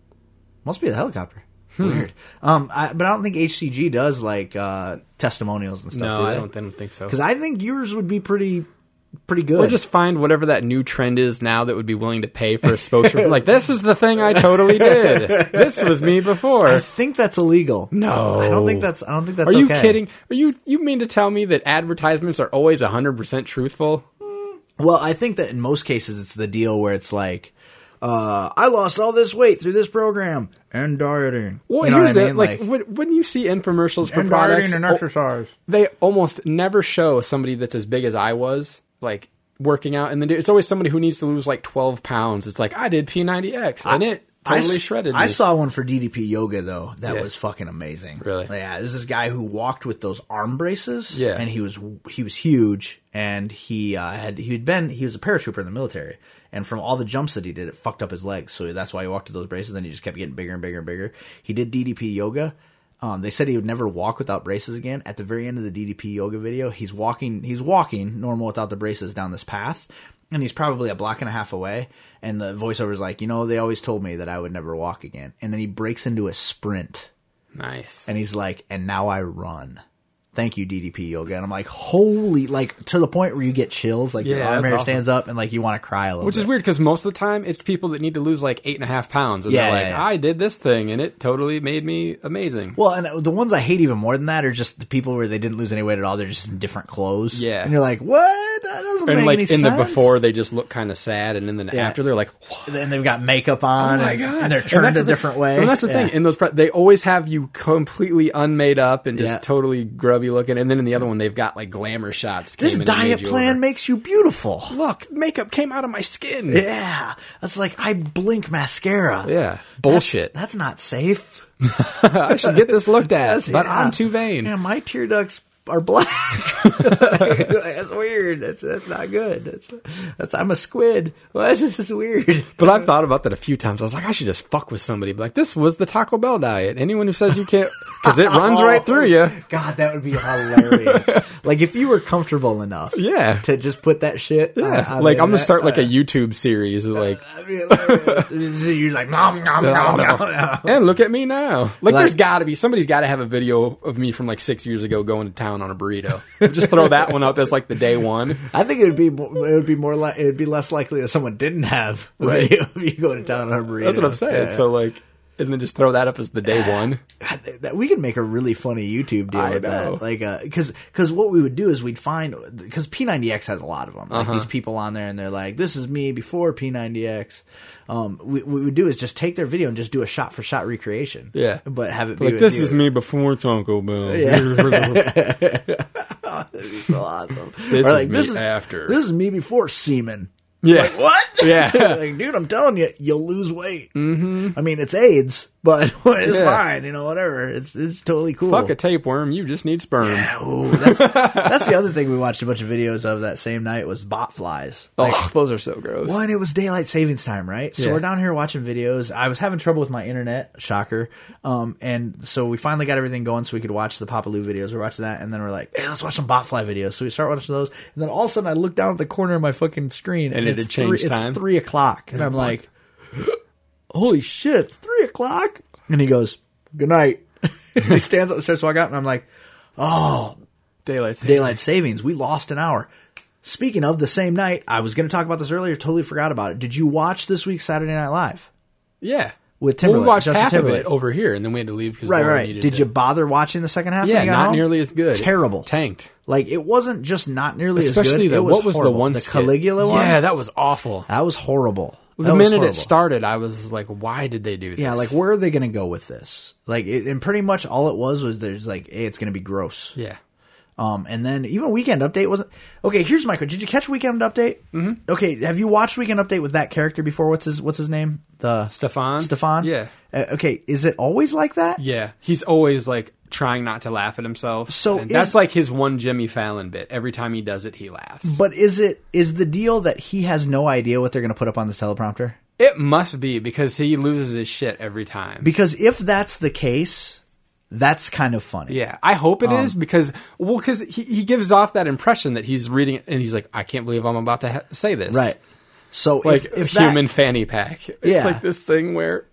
C: must be a helicopter.
D: Hmm.
C: Weird. Um, I, but I don't think HCG does like uh testimonials and stuff.
D: No,
C: do
D: I
C: they?
D: don't, I don't think so.
C: Because I think yours would be pretty pretty good.
D: Or just find whatever that new trend is now that would be willing to pay for a spokesperson. like this is the thing I totally did. This was me
C: I
D: before.
C: think that's illegal.
D: No.
C: I don't think that's. I don't think that's.
D: Are you
C: okay.
D: kidding? Are you you mean to tell me that advertisements are always 100% truthful?
C: Well, I think that in most cases it's the deal where it's like, uh, I lost all this weight through this program and dieting.
D: Well,
C: You know what
D: here's
C: I
D: the
C: mean?
D: like, when, when you see infomercials for products, oh,
C: exercise.
D: they almost never show somebody that's as big as I was, like working out, and then it's always somebody who needs to lose like twelve pounds. It's like I did P90X, and it totally
C: I, s-
D: shredded.
C: I
D: me.
C: saw one for DDP yoga though. That
D: Yeah.
C: was fucking amazing.
D: Really?
C: Yeah. There's this guy who walked with those arm braces.
D: Yeah.
C: And he was he was huge, and he uh, had he had been he was a paratrooper in the military, and from all the jumps that he did, it fucked up his legs. So that's why he walked with those braces. And he just kept getting bigger and bigger and bigger. He did DDP yoga. Um, they said he would never walk without braces again. At the very end of the DDP yoga video, he's walking he's walking normal without the braces down this path and he's probably a block and a half away. And the voiceover's like, you know, they always told me that I would never walk again. And then he breaks into a sprint,
D: nice.
C: and he's like, and now I run. thank you DDP yoga. And I'm like, holy, like to the point where you get chills, like your
D: Yeah,
C: arm
D: that's
C: hair
D: awesome.
C: stands up and like you want to cry a little
D: Which
C: bit.
D: is weird because most of the time it's people that need to lose like eight and a half pounds, and
C: Yeah,
D: they're
C: yeah,
D: like,
C: yeah.
D: "I did this thing, and it totally made me amazing."
C: Well, and the ones I hate even more than that are just the people where they didn't lose any weight at all. They're just in different clothes.
D: Yeah.
C: And you're like, what? That doesn't
D: and
C: make
D: like
C: any
D: in
C: sense.
D: the before, they just look kind of sad, and in the
C: Yeah.
D: after, they're like, "Wow,
C: And they've got makeup on.
D: Oh my
C: and,
D: god!"
C: and they're turned
D: that's
C: a
D: the thing-
C: different way.
D: And that's the
C: Yeah.
D: thing in those, pre- they always have you completely unmade up and just
C: Yeah.
D: totally grubby looking, and then in the other one, they've got like glamour shots.
C: this
D: came in and made
C: diet
D: you
C: plan
D: over.
C: makes you beautiful.
D: look makeup came out of my skin.
C: Yeah. That's like, I blink mascara.
D: Yeah. bullshit.
C: That's, that's not safe.
D: I should get this looked at,
C: That's-
D: but
C: yeah.
D: I'm too vain.
C: Yeah, my tear ducts are black. that's weird. That's that's not good. That's that's I'm a squid. Why is this weird?
D: But I've thought about that a few times. I was like, I should just fuck with somebody. Be like, this was the Taco Bell diet. Anyone who says you can't, because it runs
C: Oh,
D: right through you.
C: God, that would be hilarious. like if you were comfortable enough,
D: Yeah.
C: to just put that shit.
D: Yeah.
C: on- on
D: like,
C: the
D: I'm gonna start like a
C: internet,
D: YouTube series. Of, like,
C: uh, that'd be hilarious. You're like nom nom nom nom. nom.
D: and look at me now. Like,
C: Like-
D: there's got to be somebody's got to have a video of me from like six years ago going to town on a burrito. just throw that one up as like the day one.
C: I think it would be mo- it would be more like it would be less likely that someone didn't have a
D: Right.
C: video of you going to town on a burrito.
D: That's what I'm saying.
C: Yeah.
D: So like, and then just throw that up as the day one.
C: God, th- that we could make a really funny YouTube deal
D: I
C: with
D: know.
C: that. Like, because because what we would do is we'd find because P90X has a lot of them. Like
D: Uh-huh.
C: these people on there, and they're like, "This is me before P90X." Um, we, what we would do is just take their video and just do a shot for shot recreation.
D: Yeah.
C: but have it be
D: Like,
C: with
D: this
C: you.
D: is me before Taco Bell.
C: So awesome.
D: This
C: Or
D: is me after.
C: This is me before semen.
D: yeah.
C: Like what?
D: Yeah.
C: like dude, I'm telling you, you'll lose weight. Mm-hmm. I mean, it's AIDS, but it's
D: Yeah.
C: fine. You know, whatever. It's it's totally cool.
D: Fuck a tapeworm. You just need sperm.
C: Ooh, that's, that's the other thing we watched a bunch of videos of that same night was bot flies.
D: Oh, those are so gross.
C: Well, and it was daylight savings time, right? So
D: Yeah.
C: we're down here watching videos. I was having trouble with my internet, shocker. Um, and so we finally got everything going so we could watch the Papa Lou videos. We're watching that, and then we're like, hey, let's watch some Botfly videos. So we start watching those, and then all of a sudden I look down at the corner of my fucking screen, and,
D: And it
C: it's
D: had changed
C: three,
D: time?
C: It's three o'clock, and I'm like, holy shit, it's three o'clock. And he goes, good night. he stands up and starts walking out, and I'm like,
D: Daylight saving.
C: daylight savings. We lost an hour. Speaking of the same night, I was going to talk about this earlier. Totally forgot about it. Did you watch this week's Saturday Night Live?
D: Yeah.
C: With
D: Well,
C: Timberlake,
D: we watched
C: Justin
D: half
C: Timberlake.
D: of it over here, and then we had to leave because
C: Right, right. Did you bother watching the second half? when
D: Yeah,
C: you got
D: not
C: home?
D: nearly as good.
C: Terrible.
D: Tanked.
C: Like it wasn't just not nearly as
D: Especially
C: good.
D: the
C: it was
D: what was
C: horrible.
D: the one
C: the
D: skit?
C: Caligula one.
D: Yeah, that was awful.
C: that was horrible. That
D: the
C: was
D: minute
C: horrible.
D: it started, I was like, "Why did they do this?"
C: Yeah, like where are they going to go with this? Like, it, and pretty much all it was was there's like, hey, it's going to be gross.
D: yeah,
C: Um, and then even Weekend Update wasn't okay. Here's Michael. Did you catch Weekend Update? Mm-hmm. Okay, have you watched Weekend Update with that character before? What's his What's his name? The
D: Stefan.
C: Stefan.
D: Yeah,
C: Uh, okay, is it always like that?
D: yeah. He's always like trying not to laugh at himself.
C: So
D: And
C: is-
D: that's like his one Jimmy Fallon bit. Every time he does it, he laughs.
C: But is it is the deal that he has no idea what they're going to put up on the teleprompter?
D: it must be because he loses his shit every time.
C: Because if that's the case, that's kind of funny.
D: Yeah, I hope it is
C: Um.
D: because well, because he, he gives off that impression that he's reading it and he's like, I can't believe I'm about to ha- say this.
C: Right. So
D: like
C: if, if
D: a
C: that-
D: human fanny pack. It's
C: Yeah.
D: like this thing where,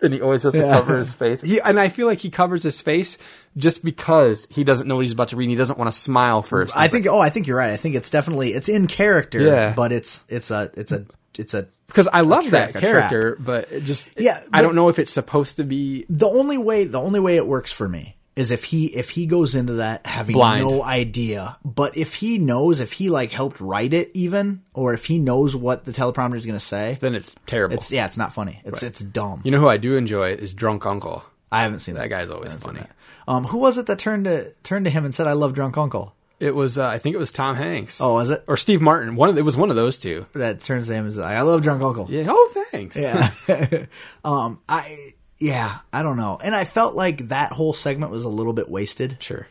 D: and he always has to
C: Yeah.
D: cover his face. He, and I feel like he covers his face just because he doesn't know what he's about to read. and He doesn't want to smile first.
C: I think. Oh, I think you're right. I think it's definitely it's in character.
D: Yeah.
C: but it's it's a it's a it's a
D: because I love
C: trick,
D: that
C: a trap.
D: character, but it just
C: Yeah,
D: I
C: but-
D: don't know if it's supposed to be.
C: the only way the only way it works for me is if he if he goes into that having
D: Blind.
C: no idea but if he knows if he like helped write it even or if he knows what the teleprompter is going to say
D: Then it's terrible.
C: it's yeah it's not funny it's it's dumb
D: you know who I do enjoy is Drunk Uncle.
C: i haven't seen that,
D: That guy's always
C: Haven't seen
D: funny.
C: that. um who was it that turned to turned to him and said i love drunk uncle
D: It was uh, I think it was Tom Hanks.
C: oh was it
D: Or Steve Martin. One of, it was one of those two.
C: that turns to him and is like i love drunk uncle
D: Yeah. Oh, thanks.
C: Yeah. um i yeah i don't know and i felt like that whole segment was a little bit wasted
D: Sure.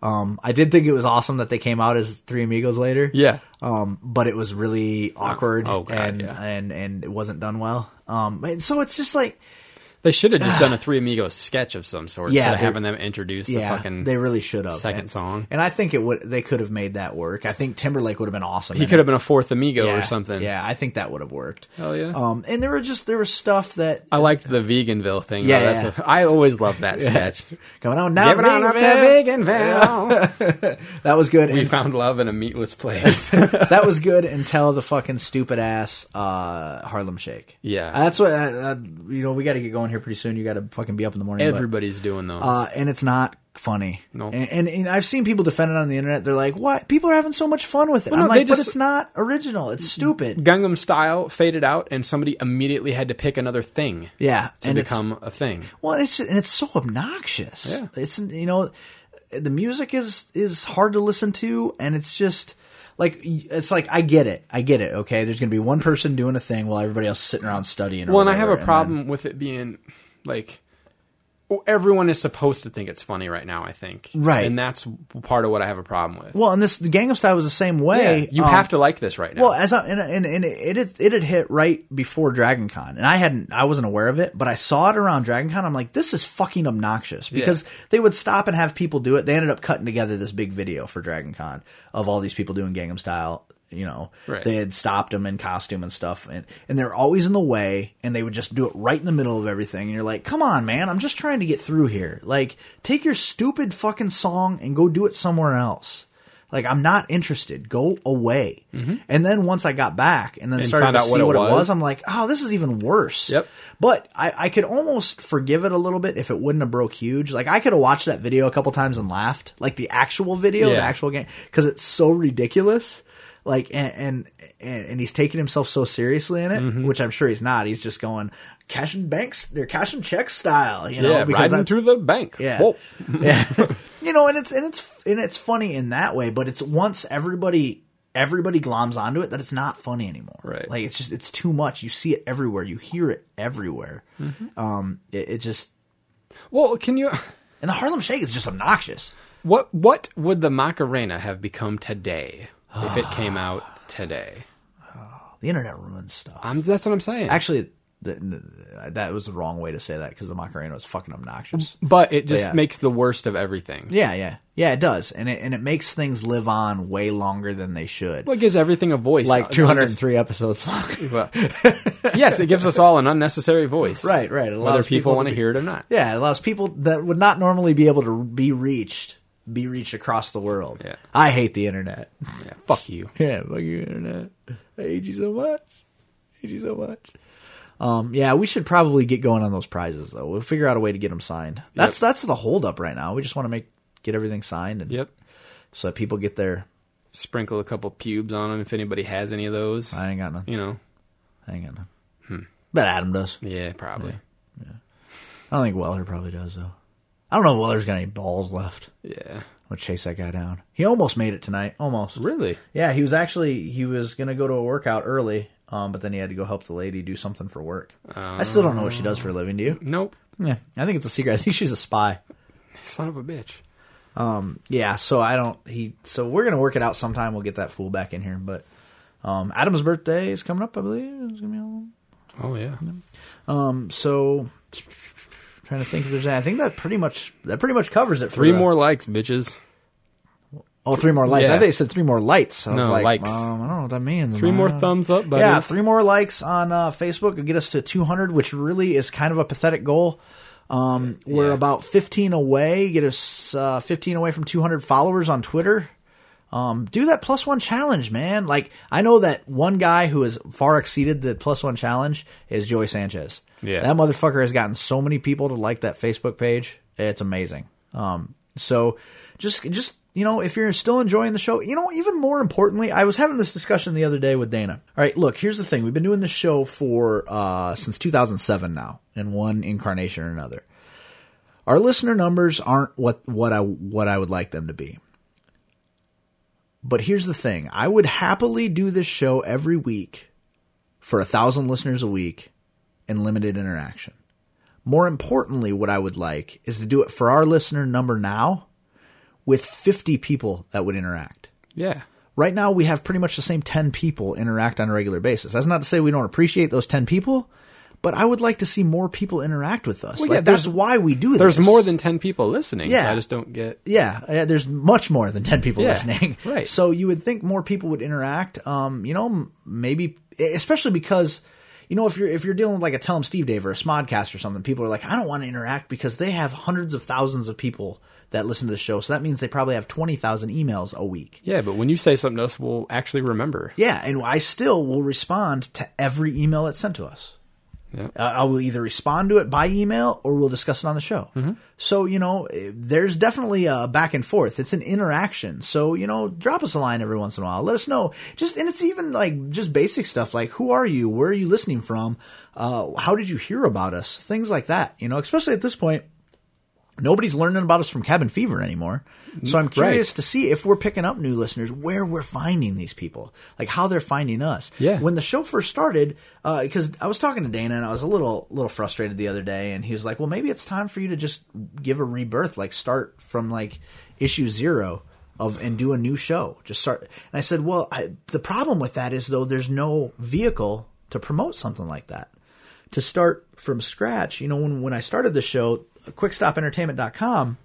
C: Um, I did think it was awesome that they came out as Three Amigos later.
D: Yeah.
C: Um, but it was really awkward
D: oh, God,
C: and,
D: yeah.
C: and, and it wasn't done well. Um, and so it's just like,
D: They should have just done a Three Amigos sketch of some sort
C: Yeah,
D: instead of
C: they-
D: having them introduce the fucking.
C: they really should have
D: second
C: And-
D: song.
C: and I think it would. They could have made that work. I think Timberlake would have been awesome.
D: he
C: in
D: could
C: it.
D: have been a fourth Amigo
C: yeah,
D: or something.
C: Yeah, I think that would have worked.
D: Hell yeah.
C: Um, and there were just there was stuff that
D: I liked the Veganville thing.
C: Yeah,
D: though. That's
C: yeah.
D: the- I always loved that sketch.
C: coming on now.
D: Give it on up to
C: Veganville.
D: Veganville.
C: That was good.
D: we
C: and-
D: found love in a meatless place.
C: that was good until the fucking stupid ass uh, Harlem Shake.
D: Yeah.
C: that's what uh, uh, you know. We got to get going here pretty soon. You got to fucking be up in the morning. but-
D: Everybody's doing those.
C: uh, and it's not funny.
D: No.
C: and, and, and I've seen people defend it on the internet. They're like, "What? People are having so much fun with it."
D: no,
C: I'm
D: they
C: like,
D: just-
C: "But it's not original. It's stupid."
D: Gangnam Style faded out, and somebody immediately had to pick another thing
C: yeah,
D: to
C: and it's-
D: become a thing.
C: Well, it's and it's so obnoxious.
D: Yeah.
C: It's you know, the music is is hard to listen to, and it's just like it's like I get it, I get it. Okay, there's gonna be one person doing a thing while everybody else is sitting around studying. or
D: Well, and I have
C: whatever,
D: a
C: then-
D: problem with it being like oh, everyone is supposed to think it's funny right now. I think
C: Right.
D: and that's part of what I have a problem with.
C: well, and this the Gangnam Style was the same way.
D: Yeah, you
C: Um,
D: have to like this right now.
C: Well, as I, and, and, and it, it it had hit right before Dragon Con, and I hadn't, I wasn't aware of it, but I saw it around Dragon Con. I'm like, this is fucking obnoxious because they would stop and have people do it. They ended up cutting together this big video for Dragon Con of all these people doing Gangnam Style. You know,
D: Right.
C: they had stopped them in costume and stuff, and and they're always in the way, and they would just do it right in the middle of everything. And you're like, come on, man, I'm just trying to get through here. Like, take your stupid fucking song and go do it somewhere else. Like I'm not interested. Go away. And then once I got back and then
D: Mm-hmm. And
C: started
D: found
C: to
D: out
C: see
D: what
C: what
D: it
C: it, was.
D: was.
C: I'm like, oh, this is even worse.
D: Yep.
C: But I, I could almost forgive it a little bit if it wouldn't have broke huge. Like I could have watched that video a couple times and laughed, like the actual video,
D: Yeah.
C: the actual game, because it's so ridiculous. Like and, and and he's taking himself so seriously in it,
D: Mm-hmm.
C: which I'm sure he's not. He's just going cashing banks, they're cashing checks style, you know.
D: yeah, riding
C: that's-
D: to the bank.
C: yeah.
D: Whoa.
C: yeah. you know, and it's and it's and it's funny in that way, but it's once everybody everybody gloms onto it that it's not funny anymore.
D: Right.
C: Like it's just it's too much. You see it everywhere. You hear it everywhere.
D: Mm-hmm.
C: Um it, it just
D: Well, can you?
C: and the Harlem Shake is just obnoxious.
D: What what would the Macarena have become today if it came out today?
C: The internet ruins stuff.
D: I'm, that's what I'm saying.
C: Actually, th th- that was the wrong way to say that because the Macarena was fucking obnoxious.
D: but it just
C: Yeah.
D: makes the worst of everything.
C: Yeah, yeah, yeah. It does, and it and it makes things live on way longer than they should.
D: Well, it gives everything a voice.
C: like
D: It's
C: 203 episodes long.
D: Well, yes, it gives us all an unnecessary voice.
C: Right, right. It
D: Whether
C: allows
D: people
C: people
D: want to
C: to be-
D: hear it or not.
C: Yeah, it allows people that would not normally be able to be reached be reached across the world.
D: Yeah.
C: I hate the internet.
D: Yeah, fuck you.
C: yeah, fuck you, internet. I hate you so much. I hate you so much. Um, yeah, we should probably get going on those prizes though. We'll figure out a way to get them signed. That's
D: Yep.
C: that's the holdup right now. We just want to make get everything signed and
D: Yep.
C: so that people get their.
D: Sprinkle a couple pubes on them if anybody has any of those.
C: I ain't got none.
D: you know.
C: I ain't got none.
D: Hmm.
C: But Adam does.
D: Yeah, probably.
C: I don't think Weller probably does though. I don't know if Weller's got any balls left.
D: Yeah.
C: I'm gonna chase that guy down. He almost made it tonight. Almost.
D: Really?
C: Yeah, he was actually he was gonna go to a workout early, um, but then he had to go help the lady do something for work. I still don't know what she does for a living. Do you?
D: Nope.
C: Yeah, I think it's a secret. I think she's a spy.
D: Son of a bitch.
C: Yeah, so I don't. He so we're gonna work it out sometime. We'll get that fool back in here. But um, Adam's birthday is coming up, I believe. It's gonna be on-
D: Oh yeah.
C: um, so trying to think if there's. Any, I think that pretty much that pretty much covers it. For
D: Three
C: the-
D: more likes, bitches.
C: Oh, three more lights.
D: Yeah.
C: I think it said three more lights. I was
D: No,
C: like,
D: likes.
C: Um, I don't know what that means.
D: Three more
C: thumbs.
D: thumbs up, buddy.
C: Ah. Yeah, three more likes on uh, Facebook will get us to 200, which really is kind of a pathetic goal. Um, we're
D: Yeah.
C: about 15 away. Get us uh, 15 away from 200 followers on Twitter. Um, do that plus one challenge, man. Like I know that one guy who has far exceeded the plus one challenge is Joey Sanchez.
D: Yeah.
C: that motherfucker has gotten so many people to like that Facebook page. It's amazing. Um, so just just you know, if you're still enjoying the show, you know, even more importantly, I was having this discussion the other day with Dana. All right, look, here's the thing: we've been doing this show for uh, since 2007 now, in one incarnation or another. Our listener numbers aren't what what I what I would like them to be. But here's the thing I would happily do this show every week for a thousand listeners a week and limited interaction. More importantly, what I would like is to do it for our listener number now with 50 people that would interact.
D: Yeah.
C: Right now, we have pretty much the same 10 people interact on a regular basis. That's not to say we don't appreciate those 10 people, But I would like to see more people interact with us.
D: Well,
C: like,
D: yeah,
C: that's
D: there's-
C: why we do this.
D: There's more than ten people listening.
C: Yeah.
D: so I just don't get.
C: yeah, yeah, there's much more than 10 people
D: Yeah,
C: listening.
D: right.
C: So you would think more people would interact. Um, you know, m- maybe e, especially because you know if you're if you're dealing with like a Tell 'em Steve Dave or a Smodcast or something, people are like, I don't want to interact because they have hundreds of thousands of people that listen to the show. So that means they probably have 20,000 emails a week.
D: Yeah, but when you say something to us, we'll actually remember.
C: Yeah, and I still will respond to every email that's sent to us.
D: Yeah.
C: Uh, I will either respond to it by email or we'll discuss it on the show. So, you know, eh, there's definitely a back and forth. It's an interaction. So, you know, drop us a line every once in a while. Let us know. Just, and it's even like just basic stuff like who are you? Where are you listening from? Uh, how did you hear about us? Things like that, you know, especially at this point. Nobody's learning about us from Cabin Fever anymore. So I'm curious to see if we're picking up new listeners, where we're finding these people, like how they're finding us.
D: Yeah.
C: When the show first started, because I was talking to Dana and I was a little little frustrated the other day, and he was like, "Well, maybe it's time for you to just give a rebirth, like start from like issue zero of and do a new show. Just start." And I said, "Well, I, the problem with that is though, there's no vehicle to promote something like that." to start from scratch, you know, when, when I started the show, quickstopentertainment.com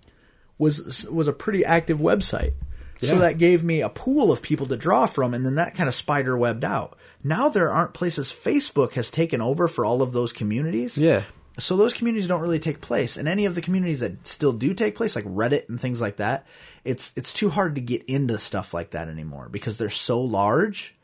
C: was was a pretty active website. So
D: Yeah.
C: that gave me a pool of people to draw from and then that kind of spider webbed out. Now there aren't places Facebook has taken over for all of those communities.
D: Yeah.
C: So those communities don't really take place, and any of the communities that still do take place, like Reddit and things like that, it's it's too hard to get into stuff like that anymore because they're so large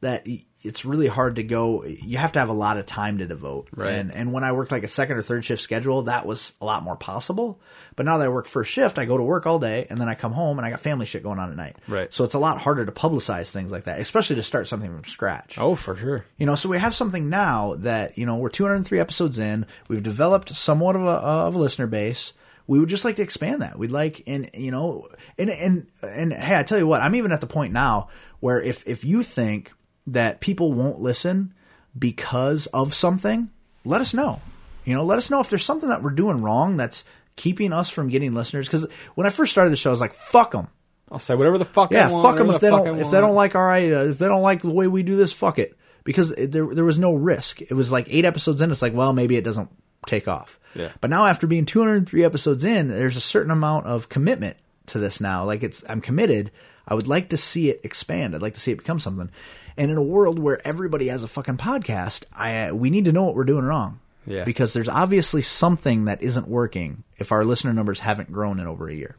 C: that y- it's really hard to go. You have to have a lot of time to devote.
D: Right.
C: And and when I worked like a second or third shift schedule, that was a lot more possible. But now that I work first shift, I go to work all day and then I come home and I got family shit going on at night.
D: Right.
C: So it's a lot harder to publicize things like that, especially to start something from scratch.
D: Oh, for sure.
C: You know, so we have something now that you know we're 203 episodes in. We've developed somewhat of a of a listener base. We would just like to expand that. We'd like, and you know, and and and hey, I tell you what, I'm even at the point now where if if you think that people won't listen because of something, let us know. You know, let us know if there's something that we're doing wrong that's keeping us from getting listeners. Because when I first started the show, I was like, "Fuck them."
D: I'll say whatever the fuck.
C: Yeah,
D: I
C: fuck 'em
D: want,
C: fuck them
D: whatever
C: if they
D: the fuck
C: don't
D: I
C: if they
D: want.
C: don't like all right uh, if they don't like the way we do this, fuck it because it, there there was no risk. It was like eight episodes in. It's like well maybe it doesn't take off.
D: Yeah.
C: But now after being 203 episodes in, there's a certain amount of commitment to this now. Like it's I'm committed. I would like to see it expand. I'd like to see it become something. And in a world where everybody has a fucking podcast, I we need to know what we're doing wrong.
D: Yeah.
C: Because there's obviously something that isn't working if our listener numbers haven't grown in over a year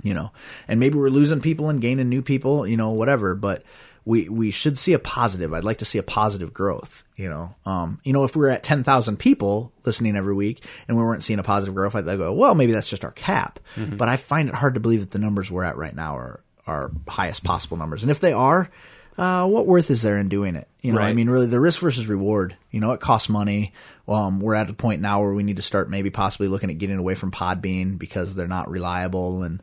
C: you know and maybe we're losing people and gaining new people you know whatever but we we should see a positive i'd like to see a positive growth you know um you know if we were at 10,000 people listening every week and we weren't seeing a positive growth i'd go well maybe that's just our cap but i find it hard to believe that the numbers we're at right now are our highest possible numbers and if they are uh, what worth is there in doing it? You know, I
D: Right.
C: mean, really, the risk versus reward. You know, it costs money. Um, we're at a point now where we need to start maybe possibly looking at getting away from Podbean because they're not reliable and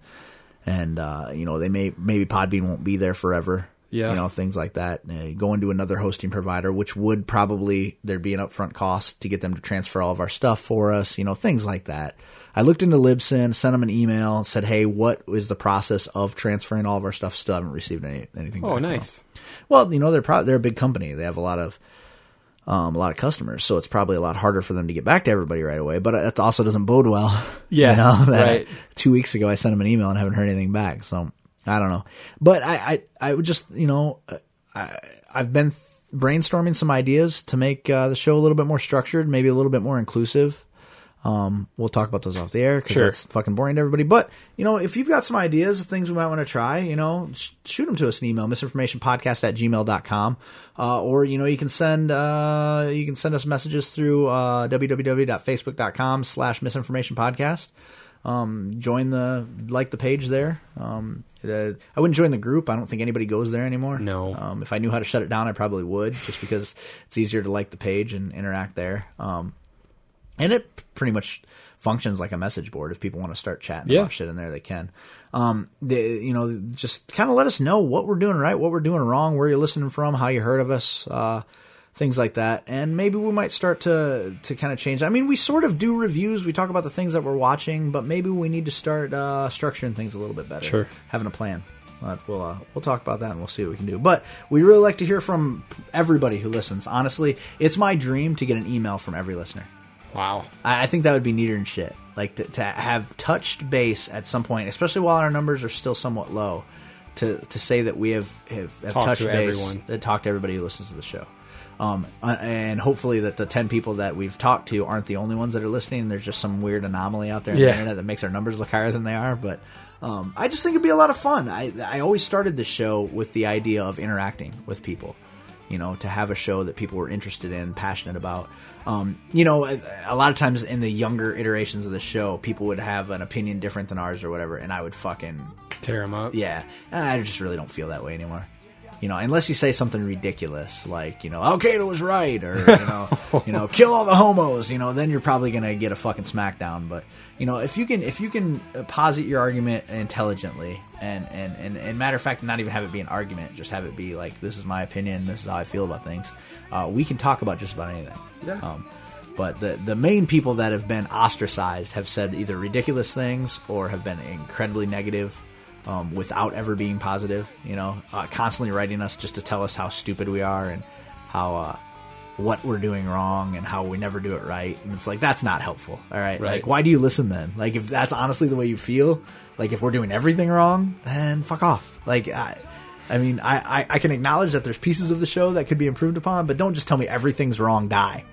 C: and uh, you know they may maybe Podbean won't be there forever.
D: Yeah.
C: you know things like that. Uh, going to another hosting provider, which would probably there'd be an upfront cost to get them to transfer all of our stuff for us. You know things like that. I looked into Libsyn, sent them an email, said, "Hey, what is the process of transferring all of our stuff?" Still haven't received any, anything. back
D: Oh,
C: from them.
D: nice.
C: Well, you know they're probably they're a big company. They have a lot of um, a lot of customers, so it's probably a lot harder for them to get back to everybody right away. But it also doesn't bode well.
D: Yeah,
C: you know, that
D: right.
C: Two weeks ago, I sent them an email and haven't heard anything back. So I don't know. But I I, I would just you know uh, I I've been th- brainstorming some ideas to make uh, the show a little bit more structured, maybe a little bit more inclusive. Um, we'll talk about those off the air because
D: Sure.
C: that's fucking boring to everybody. But you know, if you've got some ideas, things we might want to try, you know, sh- shoot them to us an email, misinformationpodcast at gmail.com. Uh, or, you know, you can send, uh, you can send us messages through, uh, www.facebook.com slash misinformation podcast. Um, join the, like the page there. Um, uh, I wouldn't join the group. I don't think anybody goes there anymore.
D: No.
C: Um, if I knew how to shut it down, I probably would just because it's easier to like the page and interact there. Um, and it p- pretty much functions like a message board. If people want to start chatting
D: Yeah.
C: about shit in there, they can. Um, the, you know, just kind of let us know what we're doing right, what we're doing wrong, where you're listening from, how you heard of us, uh, things like that, and maybe we might start to to kind of change. I mean, we sort of do reviews. We talk about the things that we're watching, but maybe we need to start uh, structuring things a little bit better.
D: Sure.
C: having a plan. But we'll uh, we'll talk about that and we'll see what we can do. But we really like to hear from everybody who listens. Honestly, it's my dream to get an email from every listener.
D: Wow.
C: I, I think that would be neater and shit. Like to, to have touched base at some point, especially while our numbers are still somewhat low, to to say that we have have, have
D: Talked
C: touched
D: to
C: base,
D: everyone.
C: that talked to everybody who listens to the show. Um, uh, and hopefully that the ten people that we've talked to aren't the only ones that are listening. There's just some weird anomaly out there on
D: Yeah.
C: the internet that makes our numbers look higher than they are. But um, I just think it'd be a lot of fun. I I always started the show with the idea of interacting with people you know, to have a show that people were interested in, passionate about. Um, you know, a a lot of times in the younger iterations of the show, people would have an opinion different than ours or whatever, and I would fucking
D: Tear him up.
C: yeah, I just really don't feel that way anymore. You know, unless you say something ridiculous like, you know, Al Qaeda was right, or you know, you know, kill all the homos. You know, then you're probably gonna get a fucking smackdown. But you know, if you can, if you can uh, posit your argument intelligently, and and and, and matter of fact, not even have it be an argument, just have it be like, this is my opinion, this is how I feel about things. Uh, we can talk about just about anything.
D: Yeah.
C: Um, but the the main people that have been ostracized have said either ridiculous things or have been incredibly negative um, without ever being positive. You know, uh, constantly writing us just to tell us how stupid we are and how uh, what we're doing wrong and how we never do it right. And it's like that's not helpful. All right,
D: Right.
C: like why do you listen then? Like if that's honestly the way you feel, like if we're doing everything wrong, then fuck off. Like I. I mean, I, I, I can acknowledge that there's pieces of the show that could be improved upon, but don't just tell me everything's wrong. Die.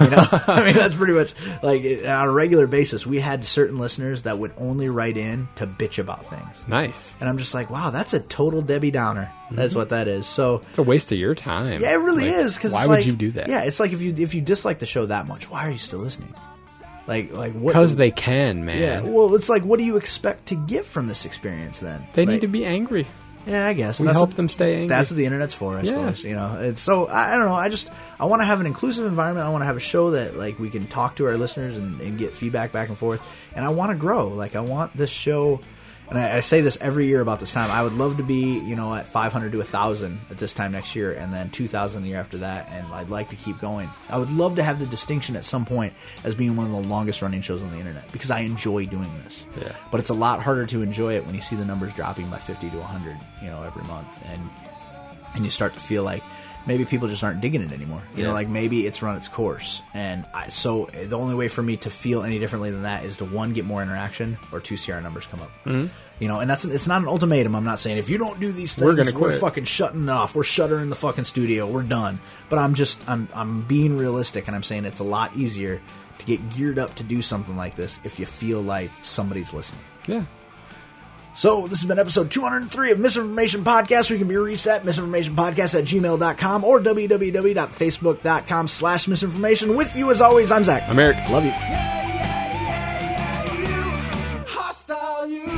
C: You know, I mean, that's pretty much like it- on a regular basis. We had certain listeners that would only write in to bitch about things,
D: Nice.
C: and I'm just like, wow, that's a total Debbie Downer. That's what that is. So
D: It's a waste of your time.
C: yeah, it really
D: Mm-hmm. Like,
C: is. Because
D: why
C: it's
D: would
C: like-
D: you do that?
C: Yeah, it's like if you if you dislike the show that much, why are you still listening? Like like what?
D: Because they can, man.
C: yeah. Well, it's like what do you expect to get from this experience then?
D: They
C: Like-
D: need to be angry.
C: yeah, I guess.
D: We
C: And that's
D: help
C: what-
D: them stay angry.
C: That's what the internet's for, I
D: Yeah.
C: suppose. You know, it's so I, I don't know. I just I want to have an inclusive environment. I want to have a show that like we can talk to our listeners and, and get feedback back and forth. And I want to grow. Like I want this show. And I, I say this every year about this time. I would love to be, you know, at 500 to 1,000 at this time next year, and then 2,000 the year after that. And I'd like to keep going. I would love to have the distinction at some point as being one of the longest running shows on the internet because I enjoy doing this
D: Yeah.
C: but it's a lot harder to enjoy it when you see the numbers dropping by 50 to 100 you know every month and and you start to feel like maybe people just aren't digging it anymore you know
D: Yeah.
C: like maybe it's run its course and I, so the only way for me to feel any differently than that is to one get more interaction or two see our numbers come up
D: Mm-hmm.
C: you know and that's it's not an ultimatum i'm not saying if you don't do these things
D: We're gonna
C: we're
D: quit.
C: fucking shutting off we're shuttering the fucking studio we're done but i'm just i'm i'm being realistic and i'm saying it's a lot easier to get geared up to do something like this if you feel like somebody's listening
D: Yeah.
C: so, this has been episode 203 of Misinformation Podcast. We can be reached at misinformationpodcast at gmail.com or www.facebook.com slash misinformation. With you, as always, I'm Zach.
D: I'm Eric.
C: Love you.
B: hostile you.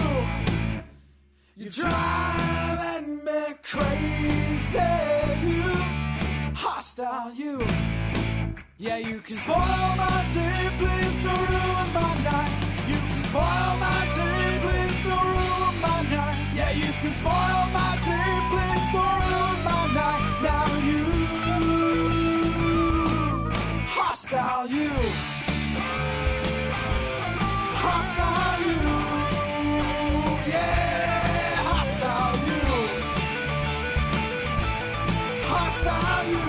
B: You driving me crazy. You hostile you. Yeah, you can spoil my day, please don't ruin my night. You can spoil my day, please don't ruin my night. Yeah, you can spoil my day, please don't ruin my night. Now you hostile you. Hostile you, yeah, hostile you, hostile you,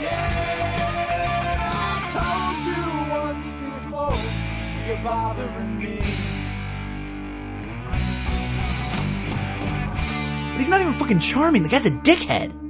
B: yeah. I told you once before, you're bothering me.
C: He's not even fucking charming. The guy's a dickhead.